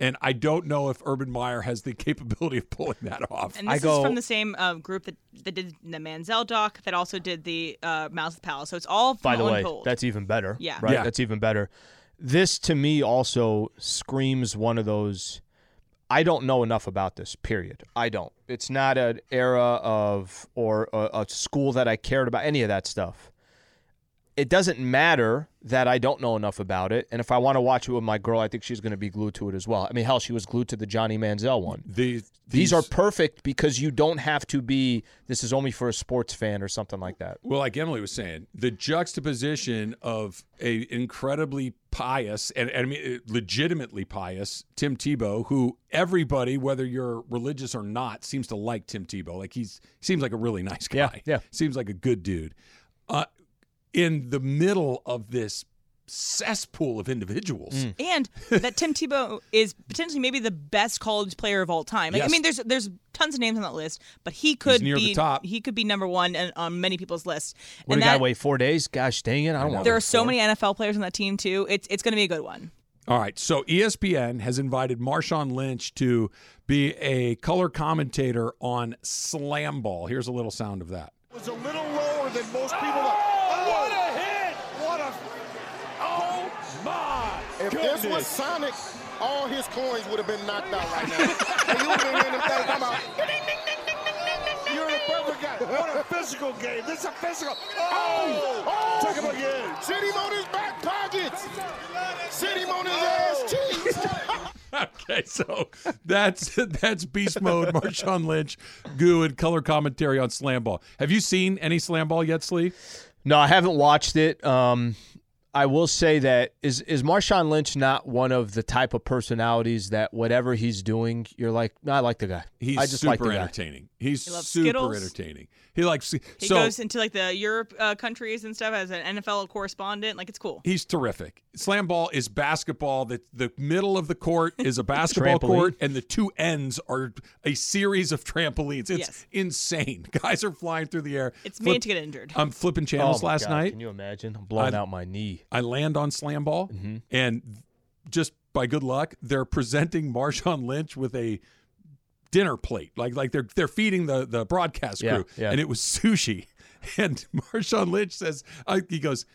S1: And I don't know if Urban Meyer has the capability of pulling that off.
S2: And this
S4: I go-
S2: is from the same uh, group that, that did the Manziel doc, that also did the uh, Mouse of the Palace. So it's all from
S4: By the way,
S2: Untold.
S4: that's even better.
S2: Yeah.
S4: Right?
S1: Yeah.
S4: That's even better. This to me also screams one of those I don't know enough about this, period. I don't. It's not an era of or a, a school that I cared about, any of that stuff. It doesn't matter that I don't know enough about it. And if I want to watch it with my girl, I think she's going to be glued to it as well. I mean, hell, she was glued to the Johnny Manziel one.
S1: The, these,
S4: These are perfect because you don't have to be, this is only for a sports fan or something like that.
S1: Well, like Emily was saying, the juxtaposition of a incredibly pious and, and I mean uh, legitimately pious Tim Tebow, who everybody, whether you're religious or not, seems to like Tim Tebow. Like he's seems like a really nice guy.
S4: yeah.
S1: Seems like a good dude. Uh, in the middle of this cesspool of individuals.
S4: Mm.
S2: and that Tim Tebow is potentially maybe the best college player of all time. Like,
S1: Yes.
S2: I mean, there's there's tons of names on that list, but he could
S1: near the
S2: be
S1: top.
S2: he could be number one and, on many people's list.
S4: What
S2: and
S4: do you got
S2: that,
S4: to wait four days? Gosh dang it. I don't want to
S2: there
S4: wait
S2: are so
S4: four.
S2: many NFL players on that team too. It's it's going to be a good one.
S1: All right. So E ESPN has invited Marshawn Lynch to be a color commentator on Slam Ball. Here's a little sound of that.
S5: was a little lower than most people. Oh, what a hit! What a! Oh my! If this was Sonic, all his coins would have been knocked out right now. and you would have been hearing them things come out. You're the perfect guy. What a physical game. This is a physical. Oh! oh! Take him again. Sit him on his back pockets. Sit him on his ass cheeks.
S1: Okay, so that's that's beast mode. Marshawn Lynch, goo, and color commentary on slam ball. Have you seen any slam ball yet, Slee?
S4: No, I haven't watched it. Um, I will say that is is Marshawn Lynch not one of the type of personalities that whatever he's doing, you're like, no, I like the guy.
S1: He's
S4: I just
S1: super
S4: like the guy.
S1: entertaining. He's
S2: He loves
S1: super
S2: Skittles.
S1: entertaining. He likes
S2: He
S1: so
S2: goes into like the Europe uh, countries and stuff as an NFL correspondent. Like it's cool.
S1: he's terrific. Slam ball is basketball. The the middle of the court is a basketball
S4: Trampoline.
S1: court, and the two ends are a series of trampolines. It's
S2: Yes.
S1: insane. Guys are flying through the air.
S2: It's
S1: Flip-
S2: made to get injured.
S1: I'm flipping
S4: Oh
S1: channels
S4: my
S1: last
S4: God,
S1: night.
S4: Can you imagine? I'm blowing
S1: I-
S4: out my knee. Mm-hmm.
S1: I land on slam ball, and just by good luck, they're presenting Marshawn Lynch with a dinner plate. Like like they're they're feeding the the broadcast
S4: Yeah,
S1: crew,
S4: yeah.
S1: and it was sushi. And Marshawn Lynch says, uh, he goes,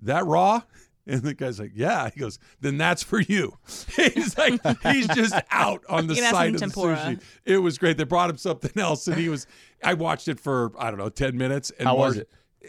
S1: "That raw." And the guy's like, "Yeah." He goes, "Then that's for you." he's like, he's just out on the
S2: You can have
S1: side of
S2: some
S1: the
S2: tempura.
S1: sushi. It was great. They brought him something else, and he was. I watched it for I don't know ten minutes. And
S4: How was
S1: Marsh-
S4: it?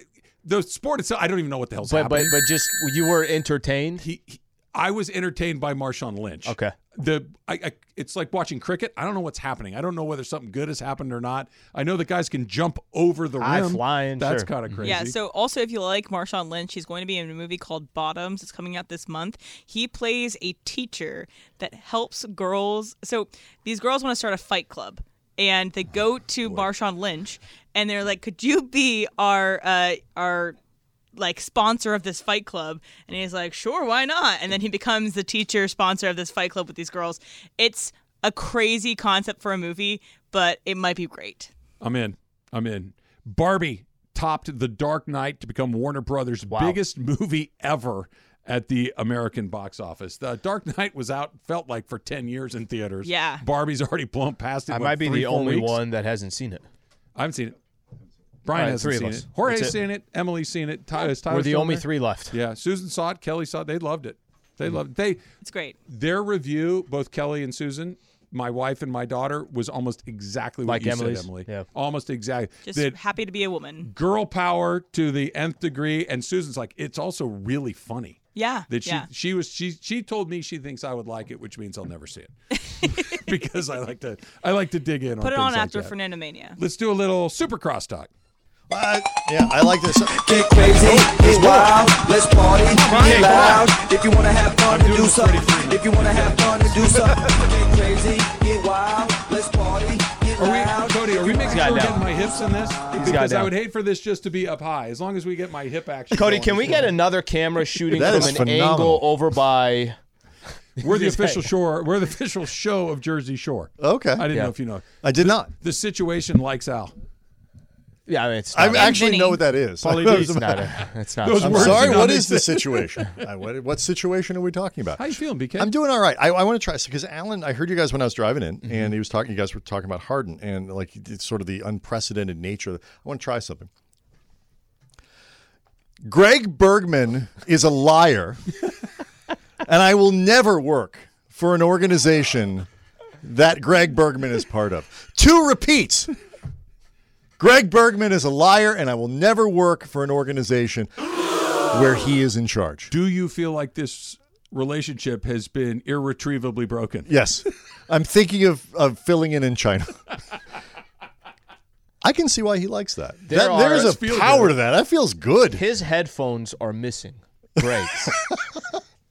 S1: The sport itself, I don't even know what the hell's
S4: But
S1: happening
S4: but but just you were entertained.
S1: he, he I was entertained by Marshawn Lynch.
S4: Okay.
S1: The I, I it's like watching cricket. I don't know what's happening. I don't know whether something good has happened or not. I know that guys can jump over the
S4: High
S1: rim.
S4: flying, sure.
S1: That's
S4: Mm-hmm.
S1: kind of crazy.
S2: Yeah. So also, if you like Marshawn Lynch, he's going to be in a movie called Bottoms. It's coming out this month. He plays a teacher that helps girls. So these girls want to start a fight club, and they
S1: Oh,
S2: go to Marshawn Lynch, and they're like, "Could you be our uh, our like sponsor of this fight club and he's like sure why not and then he becomes the teacher sponsor of this fight club with these girls it's a crazy concept for a movie but it might be great
S1: I'm in. I'm in. Barbie topped The Dark Knight to become Warner Brothers' biggest movie ever at the American box office. The Dark Knight was out felt like for 10 years in theaters.
S2: Yeah.
S1: Barbie's already blown past it.
S4: I
S1: what,
S4: might be
S1: three,
S4: the
S1: four
S4: only
S1: weeks?
S4: one that hasn't seen it.
S1: I haven't seen it. Brian
S4: All right,
S1: hasn't
S4: three of
S1: seen
S4: us.
S1: it. Jorge's
S4: That's it.
S1: seen it. Emily's seen it. Ty, is Tyler
S4: We're the
S1: still in
S4: only
S1: there?
S4: three left. Hmm.
S1: Yeah, Susan saw it. Kelly saw it. They loved it. They loved it. they
S2: it's great
S1: their review. Both Kelly and Susan, my wife and my daughter, was almost exactly what
S4: Like
S1: you
S4: Emily's?
S1: said, Emily.
S4: Yeah.
S1: almost exactly.
S2: just
S1: that
S2: happy to be a woman
S1: girl power to the nth degree, and Susan's like, it's also really funny.
S2: Yeah,
S1: That she
S2: yeah.
S1: she was she she told me she thinks I would like it, which means I'll never see it because I like to I like to dig in.
S2: Put it
S1: things
S2: on
S1: like
S2: after
S1: that.
S2: Fernando Mania.
S1: Let's do a little super crosstalk.
S11: I, yeah, I like this. Get crazy, get wild, let's party, get loud. If you wanna have fun, to do something. If you wanna have fun, to do something. Get crazy, get wild, let's party, get
S1: Are
S11: loud.
S1: we, Cody, are we making sure
S4: got
S1: we're
S4: down.
S1: getting my hips in this? because I
S4: down.
S1: would hate for this just to be up high. As long as we get my hip action.
S4: Cody,
S1: going,
S4: can we
S1: it's
S4: get
S1: good.
S4: another camera shooting
S11: That
S4: from
S11: is
S4: an
S11: phenomenal.
S4: angle over by?
S1: We're the official shore. We're the official show of Jersey Shore.
S11: Okay.
S1: I didn't
S4: Yeah.
S1: know if you know.
S11: I did not.
S1: The situation likes Al.
S4: Yeah, I mean, it's
S11: I
S4: not.
S11: actually
S2: winning.
S11: know what that is.
S1: Pauly
S4: it's not. A, it's not.
S1: Those
S11: I'm
S1: words
S11: sorry.
S1: do not
S11: What is the situation? I, what, what situation are we talking about?
S1: How you feeling, BK?
S11: I'm doing all right. I, I want to try because Alan, I heard you guys when I was driving in,
S1: Mm-hmm.
S11: and he was talking. You guys were talking about Harden and like it's sort of the unprecedented nature. I want to try something. Greg Bergman is a liar, and I will never work for an organization that Greg Bergman is part of. Two repeats. Greg Bergman is a liar, and I will never work for an organization where he is in charge.
S1: Do you feel like this relationship has been irretrievably broken?
S11: Yes. I'm thinking of, of filling in in China. I can see why he likes that.
S4: There
S11: That-
S4: are-
S11: there's
S4: Does
S11: a
S1: feel
S11: power
S1: good.
S11: to that. That feels good.
S4: His headphones are missing. Greg's.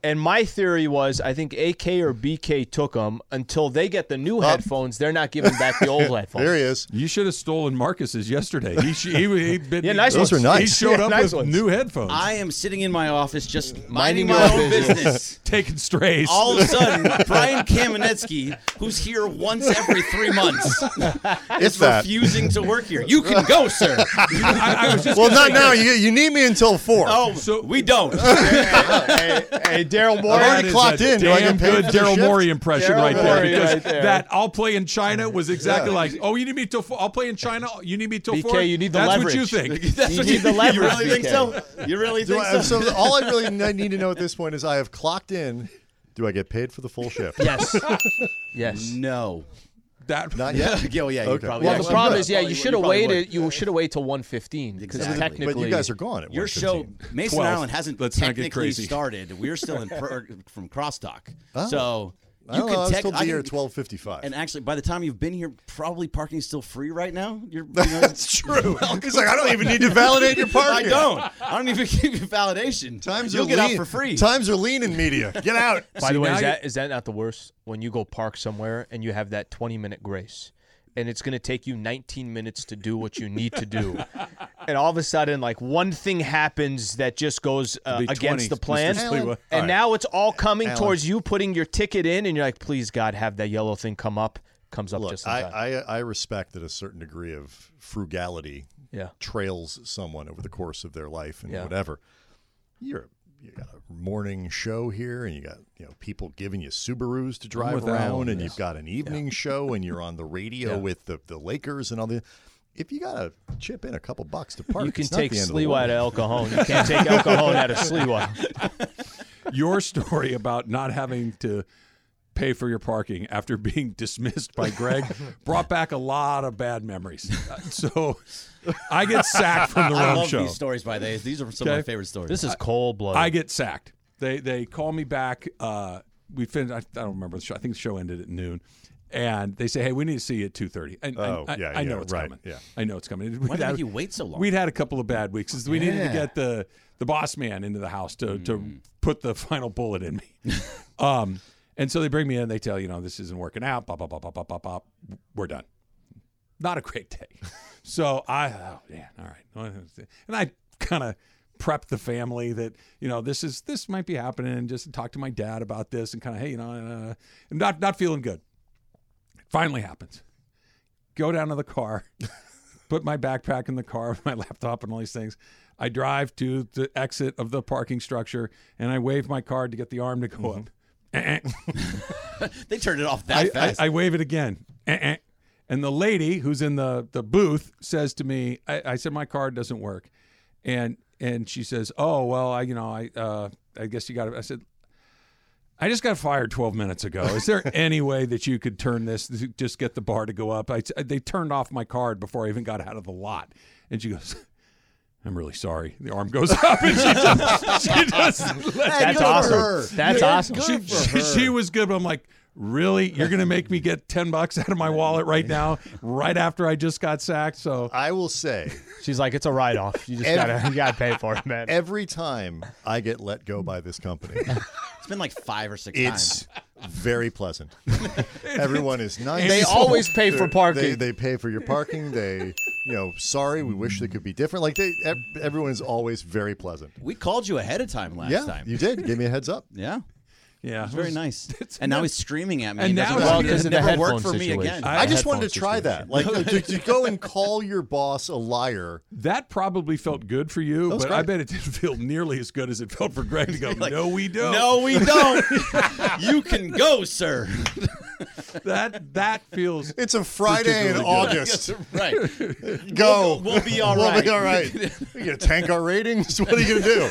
S4: and my theory was, I think AK or BK took them until they get the new headphones. They're not giving back the old headphones.
S11: There he is.
S1: You should have stolen Marcus's yesterday. He sh- he, he'd been,
S4: Yeah, nice
S11: Those
S4: ones.
S11: are nice.
S1: He showed
S4: Yeah,
S1: up
S4: nice
S1: with
S4: ones.
S1: new headphones,
S3: I am sitting in my office just
S4: Minding
S3: minding
S4: your
S3: my
S4: own
S3: own business.
S1: taking strays.
S3: All of a sudden, Brian Kamenetsky, who's here once every three months,
S11: It's
S3: is
S11: that.
S3: refusing to work here. You can go, sir.
S1: I, I was just
S11: Well,
S1: gonna
S11: not
S1: say-
S11: now. You, you need me until four.
S3: Oh,
S1: So-
S3: we don't.
S4: hey, hey, Daryl Moore.
S11: Alright. already
S1: That is
S11: clocked
S1: a
S11: in. Do I
S1: damn
S11: get paid
S1: good
S11: for the
S1: Daryl
S11: shift?
S1: Morey impression
S4: Daryl
S1: right there
S4: Morey
S1: because
S4: right there.
S1: that I'll play in China was exactly like, oh, you need me till four. I'll play in China. You need me till four.
S4: BK, you need the
S1: That's
S4: leverage.
S1: what you think.
S3: That's
S4: You
S3: what
S4: need
S3: you,
S4: the leverage,
S3: you really think
S4: BK.
S3: so? You really
S11: Do
S3: think
S11: I,
S3: so?
S11: so all I really n- need to know at this point is I have clocked in. Do I get paid for the full shift?
S3: Yes.
S4: Yes.
S3: No.
S1: That
S11: Not yet.
S3: yeah, well, yeah, you
S11: Okay.
S3: probably
S11: Well,
S4: Well, the
S3: actually
S4: problem
S3: would.
S4: is, yeah, you
S3: Probably-
S4: should have
S3: probably would.
S4: waited. You should have waited till 1:15 because
S3: Exactly. But you
S4: technically,
S11: But you guys are gone at
S3: Your
S11: 1:15.
S3: show, Mason
S1: 12.
S3: Island, hasn't
S1: Let's not get
S3: technically
S1: crazy.
S3: started. We're still in per, from crosstalk. So
S11: I don't know, Oh. I was told
S3: I
S11: to be here
S3: can-
S11: at 12:55.
S3: And actually, by the time you've been here, probably parking's still free right now. You're, you
S11: That's true. He's like, I don't even need to validate your parking.
S3: I don't. I don't even give you validation.
S11: Times
S3: You'll
S11: are
S3: get out
S11: lean.
S3: for free.
S11: Times are lean in media. Get out.
S4: By the way,
S1: now
S4: is
S1: you-
S4: that, is that not the worst? When you go park somewhere and you have that 20 minute grace and it's going to take you 19 minutes to do what you need to do. and all of a sudden, like one thing happens that just goes uh,
S1: It'll be
S4: against
S1: 20,
S4: the
S1: Mr.
S4: plan.
S1: Alan. Fleetwood.
S4: And
S11: All right.
S4: now it's all coming
S11: Alan.
S4: towards you putting your ticket in and you're like, please, God, have that yellow thing come up. Comes up just
S11: Look,
S4: in
S11: I,
S4: time.
S11: I I respect that a certain degree of frugality
S4: yeah.
S11: trails someone over the course of their life and
S4: Yeah.
S11: whatever. You're you got a morning show here, and you got you know people giving you Subarus to drive
S1: with Alan
S11: around,
S1: on
S11: and
S1: this.
S11: you've got an evening show, and you're on the radio with the, the Lakers and all the. If you gotta chip in a couple bucks to park,
S4: You can
S11: it's not
S4: take
S11: the end of the
S4: Sliwa
S11: world.
S4: to El Cajon. You can't take El Cajon out of Sliwa.
S1: Your story about not having to pay for your parking after being dismissed by Greg brought back a lot of bad memories. Uh, So I get sacked from the
S3: I
S1: Rome
S3: love
S1: show.
S3: these stories, by the way. These are some of my
S1: Okay.
S3: favorite stories.
S4: This is cold blood.
S1: I get sacked. They they call me back. Uh, we finished. I, I don't remember the show. I think the show ended at noon, and they say, "Hey, we need to see you at 2.30. And
S11: Oh,
S1: I, I,
S11: yeah,
S1: I know
S11: yeah,
S1: it's
S11: right,
S1: coming.
S11: yeah.
S1: I know it's coming.
S3: Why did you wait so long?
S1: We'd had a couple of bad weeks. 'cause We needed to get the the boss man into the house to to put the final bullet in me. um, and so they bring me in. They tell you know this isn't working out. Bop bop bop bop bop bop bop. We're done. Not a great day. So I, oh, yeah, all right. And I kind of prepped the family that you know this is this might be happening. And just talk to my dad about this and kind of hey you know uh, I'm not not feeling good. Finally happens. Go down to the car put my backpack in the car, my laptop, and all these things. I drive to the exit of the parking structure and I wave my card to get the arm to go up. Eh, eh.
S3: Mm-hmm. they turned it off that
S1: I, I,
S3: fast.
S1: I wave it again. Eh, eh. And the lady who's in the, the booth says to me, I, I said, my card doesn't work. And and she says, oh, well, I, you know, I uh, I guess you got to, I said, I just got fired 12 minutes ago. Is there any way that you could turn this, just get the bar to go up? I, they turned off my card before I even got out of the lot. And she goes, I'm really sorry. The arm goes up and she just, she just lets
S4: That's
S3: Good for her.
S4: awesome. That's awesome.
S1: she, she, she was good, but I'm like, really? You're going to make me get 10 bucks out of my wallet right now, right after I just got sacked? So
S11: I will say,
S4: She's like, it's a write off. You just
S11: Ev-
S4: gotta, you gotta pay for it, man.
S11: every time I get let go by this company,
S3: it's been like five or six times.
S11: it's very pleasant. Everyone is nice.
S4: They always pay for
S11: They're-
S4: parking.
S11: They, they pay for your parking. They, you know, sorry, we wish they could be different. Like they, ev- everyone is always very pleasant.
S3: We called you ahead of time last
S11: yeah,
S3: time.
S11: you did. You gave me a heads up.
S3: yeah.
S1: yeah.
S3: It's very nice. And now he's screaming at me.
S1: And
S3: He doesn't
S1: now
S4: well,
S1: it's-
S3: want me to-
S4: because
S3: it
S4: of the
S3: never
S4: headphone
S3: worked for me
S4: situation.
S3: again.
S1: I-
S11: I, just wanted
S4: headphone
S11: to try that, like to, to go and call your boss a liar.
S1: That probably felt good for you,
S11: was
S1: but I
S11: great.
S1: bet it didn't feel nearly as good as it felt for Greg to go, no, we don't.
S3: No, we don't. you can go, sir.
S1: That, that feels.
S11: It's a Friday in August.
S3: right.
S11: Go.
S3: We'll be all
S11: We'll
S3: right.
S11: be all right. You're gonna tank our ratings. What are you gonna do?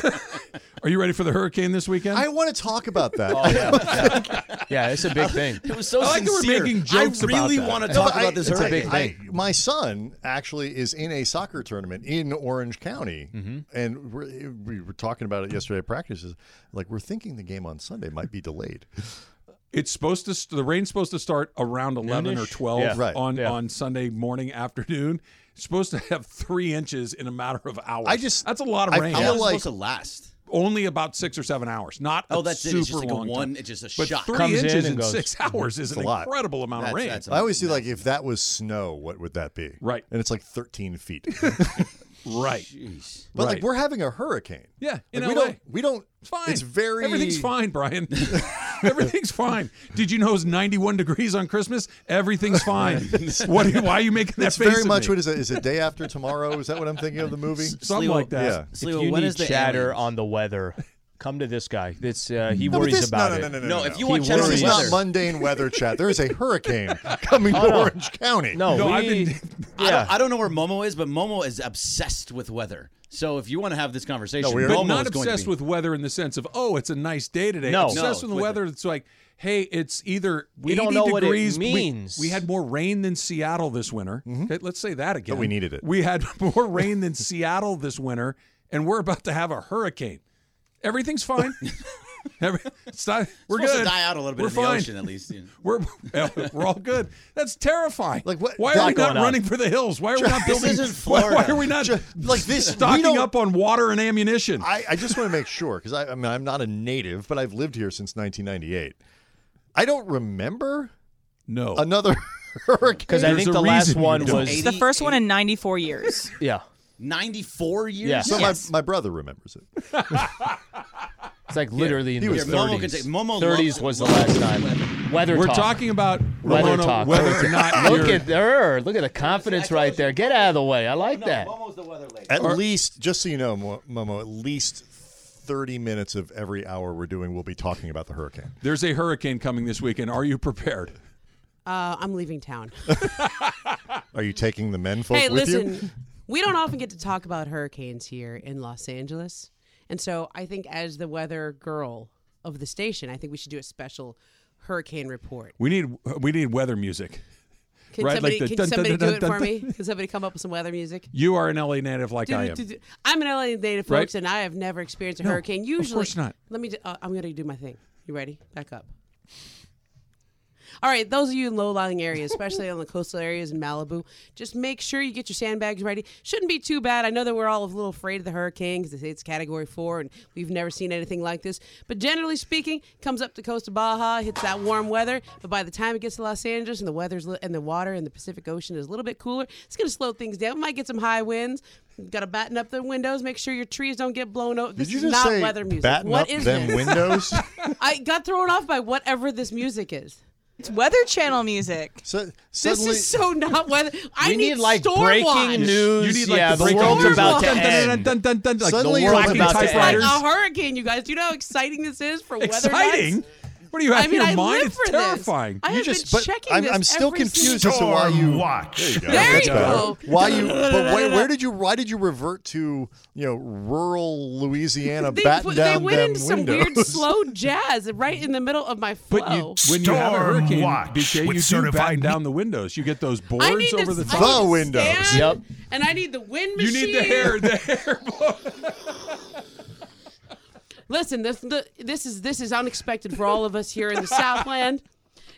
S1: Are you ready for the hurricane this weekend?
S11: I want to talk about that.
S3: Oh,
S11: Oh,
S4: Yeah, it's a big thing.
S3: It was so
S1: I like that we're
S3: sincere.
S1: making jokes
S3: I
S1: about
S3: really
S1: that.
S3: want to
S11: No,
S3: talk
S11: but I-
S3: about this
S11: it's a
S3: hurricane.
S11: big thing. my son actually is in a soccer tournament in Orange County,
S4: Mm-hmm.
S11: and we're, we were talking about it yesterday at practices. Like we're thinking the game on Sunday might be delayed.
S1: It's supposed to. St- the rain's supposed to start around eleven or
S4: Noonish?
S1: twelve
S4: Yeah.
S11: Right.
S1: on
S4: Yeah.
S1: on Sunday morning afternoon. It's supposed to have three inches in a matter of hours.
S11: I just-
S1: that's a lot of
S11: I
S1: rain.
S11: feel
S3: How long is it
S11: like-
S3: supposed to last?
S1: Only about six or seven hours. Not
S3: Oh,
S1: a
S3: that's it.
S1: super
S3: It's just like a
S1: long
S3: one.
S1: Time.
S3: It's just a
S1: But
S3: shot.
S1: three
S4: Comes in
S1: inches
S4: and
S1: in
S4: goes.
S1: six hours is an
S11: Mm-hmm. a lot.
S1: incredible amount
S3: That's,
S1: of rain.
S3: that's
S11: I always see like if that was snow, what would that be?
S1: Right.
S11: and it's like 13 feet.
S1: right.
S3: Jeez.
S11: But
S1: Right.
S11: like we're having a hurricane.
S1: Yeah, in
S11: Like, we
S1: LA.
S11: don't. We don't.
S1: It's fine.
S11: It's very.
S1: Everything's fine, Brian. Everything's fine. Did you know it was 91 degrees on Christmas? Everything's fine. what? Why are you making that
S11: It's
S1: face
S11: very
S1: at
S11: much
S1: me?
S11: what is it? Is it day after tomorrow? Is that what I'm thinking of the movie?
S1: Something
S3: Sliwa-
S1: like that.
S11: Yeah.
S4: If
S3: Sliwa,
S4: you
S3: when
S4: need
S3: is the
S4: chatter
S3: aliens?
S4: on the weather, come to this guy. It's uh, he
S11: No, but
S4: worries
S11: this-
S4: about
S11: no,
S4: it.
S11: no, no, no,
S3: No,
S11: no,
S3: if
S11: no.
S3: you want
S4: He
S3: chatter on
S4: worries.
S11: This is
S3: the
S11: not
S3: weather,
S11: mundane weather chat. There is a hurricane coming to
S4: no.
S11: Orange County.
S4: No,
S1: No,
S4: we,
S1: I've been-
S3: I,
S4: yeah.
S3: don't, I don't know where Momo is, but Momo is obsessed with weather. So if you want to have this conversation,
S11: we are-
S1: But
S3: Momo
S1: not
S3: is going
S1: obsessed
S3: to be,
S1: with weather in the sense of oh, it's a nice day today.
S4: No.
S1: obsessed
S3: No,
S1: with the
S3: with
S1: weather. It's like hey, it's either
S4: We
S1: 80
S4: don't know what it
S1: degrees. We-
S4: means.
S1: We, had more rain than Seattle this winter.
S3: Mm-hmm.
S1: Okay, let's say that again.
S11: But we needed it.
S1: We had more rain than Seattle this winter, and we're about to have a hurricane. Everything's fine. Every- it's not- we're
S3: supposed to
S1: good.
S3: die out a little bit
S1: We're
S3: in the
S1: fine.
S3: ocean, at least, you know.
S1: We're we're all good. That's terrifying. Like
S11: what-
S1: Why are we
S11: Lot
S1: not
S11: going on.
S1: running for the hills? Why are we not
S3: This
S1: building?
S3: isn't
S1: why- Why,
S3: Florida.
S1: are we not
S11: like this- we
S1: stocking
S11: don't-
S1: up on water and ammunition?
S11: I, I just want to make sure because I, I mean I'm not a native, but I've lived here since 1998. I don't remember
S1: no.
S11: another hurricane.
S4: Because I
S1: There's
S4: think
S1: a
S4: the last
S1: reason you
S4: one
S1: don't.
S4: was
S2: It's the first one in 94 years.
S4: yeah.
S3: 94 years?
S4: Yeah.
S11: so
S2: Yes.
S11: my, my brother remembers it.
S4: It's like literally in
S11: He
S4: the
S11: was-
S3: Momo can
S4: 30s.
S3: take- Momo
S4: 30s was the
S3: lo-
S4: last
S3: lo-
S4: time. Weather
S1: we're
S4: talk.
S1: talking about
S4: Weather
S1: Ramona,
S4: talk.
S1: whether or not
S4: Look
S1: you're-
S4: at her. Look at the confidence right there. Get out of the way. I like that.
S3: Momo's the weather lady.
S11: At least, just so you know, Mo- Momo, at least 30 minutes of every hour we're doing, we'll be talking about the hurricane.
S1: there's a hurricane coming this weekend. Are you prepared?
S12: Uh, I'm leaving town.
S11: Are you taking the men folk
S12: hey,
S11: with
S12: listen,
S11: you?
S12: we don't often get to talk about hurricanes here in Los Angeles. And so I think, as the weather girl of the station, I think we should do a special hurricane report.
S1: We need we need weather music.
S12: Can
S1: Right, like
S12: somebody,
S1: the
S12: can
S1: dun, dun,
S12: somebody
S1: dun,
S12: do
S1: dun,
S12: it for
S1: dun,
S12: me? Can somebody come up with some weather music?
S1: You are an LA native like I am.
S12: Do-do-do-do. I'm an LA native,
S1: Right?
S12: folks, and I have never experienced a
S1: No,
S12: hurricane.
S1: of
S12: Usually,
S1: course not.
S12: Let me. do- Uh, I'm going to do my thing. You ready? Back up. All right, those of you in low-lying areas, especially on the coastal areas in Malibu, just make sure you get your sandbags ready. Shouldn't be too bad. I know that we're all a little afraid of the hurricane because they say it's Category Four, and we've never seen anything like this. But generally speaking, comes up the coast of Baja, hits that warm weather. But by the time it gets to Los Angeles and the weather's li- and the water in the Pacific Ocean is a little bit cooler, it's going to slow things down. We might get some high winds. Got to batten up the windows. Make sure your trees don't get blown over. This
S11: Did you
S12: is
S11: just
S12: not
S11: say
S12: weather music.
S11: batten
S12: What
S11: up
S12: is
S11: them
S12: this?
S11: windows?
S12: I got thrown off by whatever this music is.
S2: It's Weather Channel music.
S11: So,
S12: This
S11: suddenly,
S12: is so not weather. I
S4: we
S12: need,
S4: need like
S12: storm
S4: breaking
S12: watch.
S4: news.
S1: You need like
S4: yeah,
S1: the
S4: the,
S1: breaking
S4: world's
S1: news.
S4: about to
S1: Dun, dun, dun,
S4: end.
S1: dun, dun, dun, like
S11: Suddenly
S1: the
S11: you're
S1: world's
S4: talking about
S1: about
S4: to
S12: It's like
S1: typewriters.
S12: a hurricane, you guys. Do you know how exciting this is for weather? nuts?
S1: Exciting. What do you have
S12: I mean,
S1: in your
S12: I
S1: mind?
S12: live
S1: it's
S12: for
S1: terrifying.
S12: this. I
S11: you
S12: have
S11: just,
S12: been
S11: but
S12: checking
S11: I'm,
S12: this
S11: I'm still
S12: every
S11: confused
S12: single-
S11: as to why you
S8: watch.
S11: go.
S12: There
S11: That's
S12: you
S11: better.
S12: go.
S11: Why you? But where, where did you? Why did you revert to you know rural Louisiana?
S12: They,
S11: batten
S12: put- they
S11: down
S12: went
S11: them
S12: into some
S11: windows.
S12: weird slow jazz right in the middle of my flow.
S1: But you, when you have a
S8: Storm
S1: hurricane,
S8: watch
S1: BK,
S8: with
S1: you do
S8: certified
S1: batten
S8: meat.
S1: down the windows. You get those boards
S12: I need to,
S1: over the
S12: I
S1: top.
S12: need to
S11: The windows.
S12: stand,
S4: Yep.
S12: And I need the wind
S1: You
S12: machine.
S1: need the hair, the hair.
S12: Listen, this the, this is this is unexpected for all of us here in the Southland.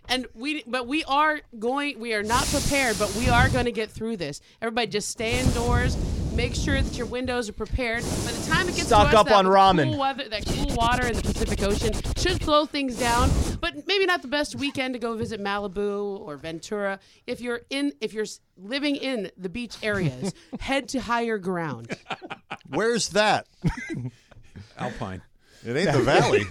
S12: And we but we are going we are not prepared, but we are going to get through this. Everybody just stay indoors. Make sure that your windows are prepared. By the time it gets
S4: Stock
S12: to us,
S4: up
S12: that
S4: on ramen.
S12: Cool weather, that cool water in the Pacific Ocean should slow things down, but maybe not the best weekend to go visit Malibu or Ventura. If you're in if you're s- living in the beach areas, head to higher ground.
S11: Where's that?
S1: Alpine.
S11: It ain't the valley.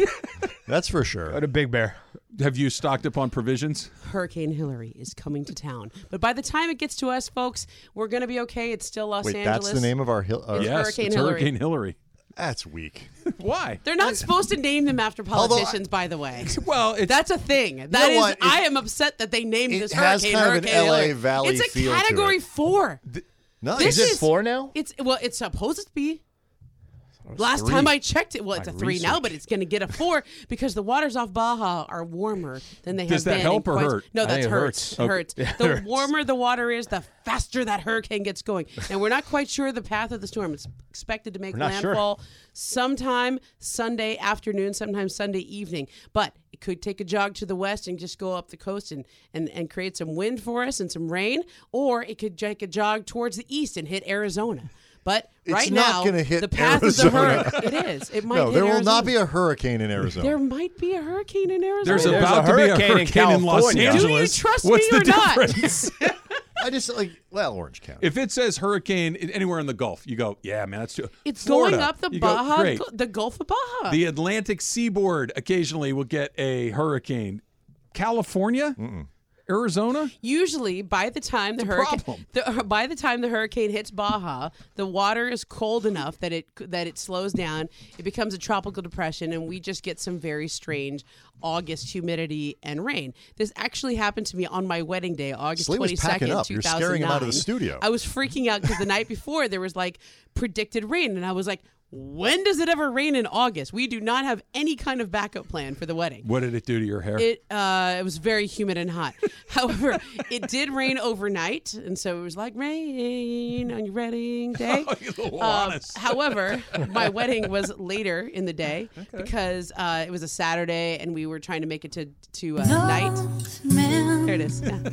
S11: That's for sure.
S4: What a big bear.
S1: Have you stocked up on provisions?
S12: Hurricane Hillary is coming to town. But by the time it gets to us, folks, we're going to be okay. It's still Los
S11: Wait,
S12: Angeles.
S11: that's the name of our hill. our-
S1: yes,
S12: Hurricane
S1: it's
S12: Hillary.
S1: Hurricane Hillary.
S11: That's weak.
S1: Why?
S12: They're not supposed to name them after
S11: Although I-
S12: politicians, by the way.
S1: Well, it's
S12: That's a thing. That is.
S11: what? It-
S12: I am upset that they named
S11: it
S12: this
S11: has
S12: hurricane
S11: kind of an
S12: Hurricane
S11: LA
S12: Hillary.
S11: Valley
S12: It's a
S11: feel to
S12: category
S11: it.
S12: four.
S11: No,
S12: This
S4: Is it
S12: is-
S4: four now?
S12: It's well, it's supposed to be. Last time I checked it, well, it's a three now, but it's going to get a four because the waters off Baja are warmer than they have
S1: Does that
S12: been.
S1: help
S12: in
S1: or
S12: quite-
S1: hurt?
S12: No,
S4: I
S12: that
S4: think it
S12: hurts.
S4: hurts.
S12: It hurts. The warmer the water is, the faster that hurricane gets going. And we're not quite sure the path of the storm. It's expected to make
S4: We're not sure.
S12: landfall sometime Sunday afternoon, sometime Sunday evening. But it could take a jog to the west and just go up the coast and, and, and create some wind for us and some rain, or it could take a jog towards the east and hit Arizona. But
S11: It's
S12: right
S11: not
S12: now,
S11: gonna hit
S12: the path
S11: Arizona.
S12: of the hurricane. It is. It might.
S11: no,
S12: hit
S11: there will not
S12: Arizona.
S11: be a hurricane in Arizona.
S12: There might be a hurricane in Arizona.
S1: there's
S4: There's a
S1: about to be a
S4: hurricane in
S1: hurricane in, Los
S4: California. Do
S12: you
S1: Angeles.
S12: trust
S1: What's
S12: me
S1: the
S12: or not?
S1: difference?
S11: I just like well, Orange County.
S1: if it says hurricane in- anywhere in the Gulf, you go, yeah, man, that's too.
S12: It's
S1: Florida.
S12: going up the
S1: You go,
S12: Baja,
S1: great.
S12: the Gulf of Baja.
S1: The Atlantic seaboard occasionally will get a hurricane. California, Arizona,
S12: Usually, by the time the
S1: a
S12: hurricane
S1: problem.
S12: the, by the time the hurricane hits Baja, the water is cold enough that it that it slows down. It becomes a tropical depression, and we just get some very strange August humidity and rain. This actually happened to me on my wedding day, August
S11: Slee was
S12: twenty
S11: packing
S12: second,
S11: up.
S12: two
S11: You're
S12: thousand nine.
S11: scaring him out of the studio.
S12: I was freaking out because the night before there was like predicted rain, and I was like. when does it ever rain in August? We do not have any kind of backup plan for the wedding.
S1: What did it do to your hair?
S12: It uh, it was very humid and hot. However, it did rain overnight, and so it was like rain on your wedding day.
S4: Oh,
S1: little
S12: Um,
S1: honest.
S12: however, my wedding was later in the day because uh, it was a Saturday, and we were trying to make it to to uh, night. There it is. Yeah.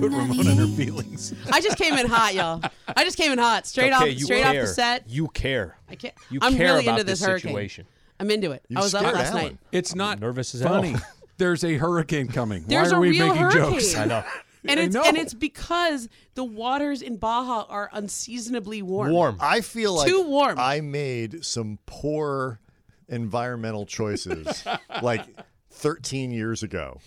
S1: Put Ramona in her feelings.
S12: I just came in hot, y'all. I just came in hot, straight
S4: okay,
S12: off,
S4: you
S12: straight off
S4: care.
S12: the set.
S4: You care.
S12: I can't.
S4: You
S12: I'm
S4: care
S12: really
S4: about
S12: into this,
S4: this
S12: hurricane.
S4: situation.
S12: I'm into it. I was up last night.
S1: It's not
S4: nervous as hell.
S1: funny. There's a hurricane coming.
S12: There's
S1: Why
S12: a
S1: are we
S12: real
S1: making
S12: hurricane.
S1: jokes?
S12: I know. And
S1: I
S12: it's
S1: know.
S12: and it's because the waters in Baja are unseasonably warm.
S11: I feel like
S12: too warm.
S11: I made some poor environmental choices like 13 years ago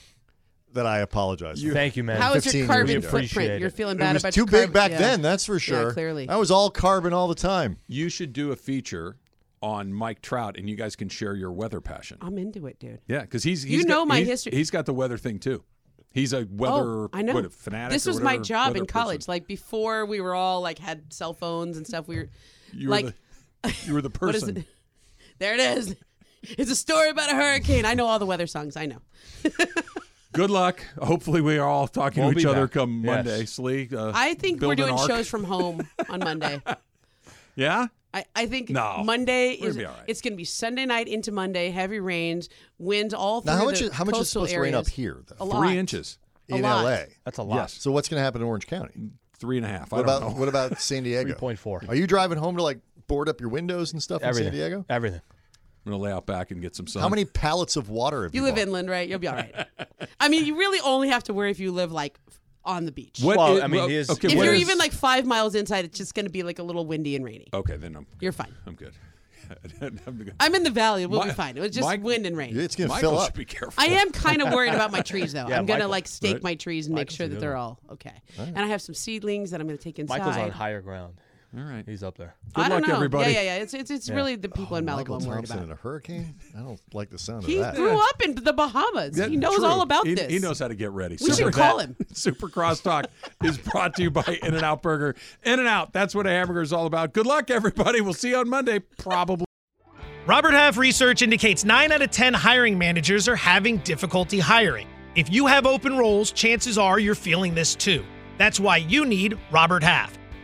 S11: that I apologize. for.
S4: Thank you, man.
S12: How is
S11: 15
S12: your
S11: years
S12: carbon
S11: ago.
S12: footprint? You're feeling
S11: It
S12: bad
S11: was
S12: about
S11: too
S12: your
S11: big
S12: carb-
S11: back
S12: yeah.
S11: then, that's for sure.
S12: Yeah, clearly.
S11: I was all carbon all the time.
S1: You should do a feature on Mike Trout, and you guys can share your weather passion.
S12: I'm into it, dude.
S1: Yeah, because he's, he's
S12: You
S1: got-
S12: know my
S1: he's-
S12: history.
S1: He's got the weather thing too. He's a weather
S12: oh, I know.
S1: what, fanatic.
S12: This
S1: or
S12: was my
S1: whatever,
S12: job
S1: weather
S12: in college.
S1: person.
S12: Like before we were all like had cell phones and stuff. We were
S1: You were
S12: like,
S1: the, you were the person.
S12: what is it? There it is. It's a story about a hurricane. I know all the weather songs. I know.
S1: Good luck. Hopefully, we are all talking
S4: We'll
S1: to
S4: be
S1: each other
S4: back.
S1: come
S4: Yes.
S1: Monday. Slee, uh,
S12: I think we're
S1: build an
S12: doing
S1: arc.
S12: shows from home on Monday.
S1: Yeah,
S12: I, I think
S1: No.
S12: Monday
S1: We're
S12: is
S1: gonna be all right.
S12: it's going to be Sunday night into Monday. Heavy rains, winds all through
S11: Now, how much,
S12: the
S11: is, how much is
S12: coastal
S11: supposed to rain up
S12: areas.
S11: here,
S12: A
S11: though,
S12: lot.
S1: three inches,
S11: in
S12: lot.
S11: LA?
S4: That's a lot.
S1: Yes.
S11: So, what's going to happen in Orange County?
S1: Mm, three and a half.
S11: What
S1: I don't know.
S11: about, what about San Diego?
S4: 3.4.
S11: Are you driving home to like board up your windows and stuff
S4: Everything.
S11: in San Diego?
S4: Everything.
S1: I'm gonna lay out back and get some sun.
S11: How many pallets of water have you
S12: You live
S11: bought?
S12: inland, right? You'll be all right. I mean, you really only have to worry if you live like on the beach.
S1: What
S4: Well,
S1: is-
S4: I mean,
S1: well,
S4: he is-
S1: okay,
S12: if
S1: what
S12: you're
S1: is-
S12: even like five miles inside, it's just going to be like a little windy and rainy.
S1: okay, then I'm
S12: You're fine.
S1: I'm good. I'm good.
S12: I'm in the valley. We'll
S1: My-
S12: be fine. It was just
S1: Mike-
S12: wind and rain.
S11: It's going to
S1: Michael
S11: fill up.
S1: should be careful.
S12: I am kind of worried about my trees, though. I'm going to
S4: Michael,
S12: like stake
S1: right?
S12: my trees and make sure that they're all okay. And I have some seedlings that I'm going to take inside.
S4: Michael's on higher ground.
S1: All right.
S4: He's up there.
S1: Good
S12: I don't
S1: luck,
S12: know.
S1: everybody.
S12: Yeah, yeah, yeah. It's it's, it's really the people in Malibu
S11: Oh, Michael
S12: I'm worried
S11: Thompson
S12: about.
S11: in a hurricane? I don't like the sound
S12: He
S11: of that.
S12: grew up in the Bahamas.
S1: Yeah,
S12: he knows
S1: true.
S12: all about
S1: he,
S12: this.
S1: He knows how to get ready.
S12: We should call him.
S1: Super Crosstalk is brought to you by In and Out Burger. In and Out, that's what a hamburger is all about. Good luck, everybody. We'll see you on Monday, probably.
S8: Robert Half research indicates 9 out of 10 hiring managers are having difficulty hiring. If you have open roles, chances are you're feeling this too. That's why you need Robert Half.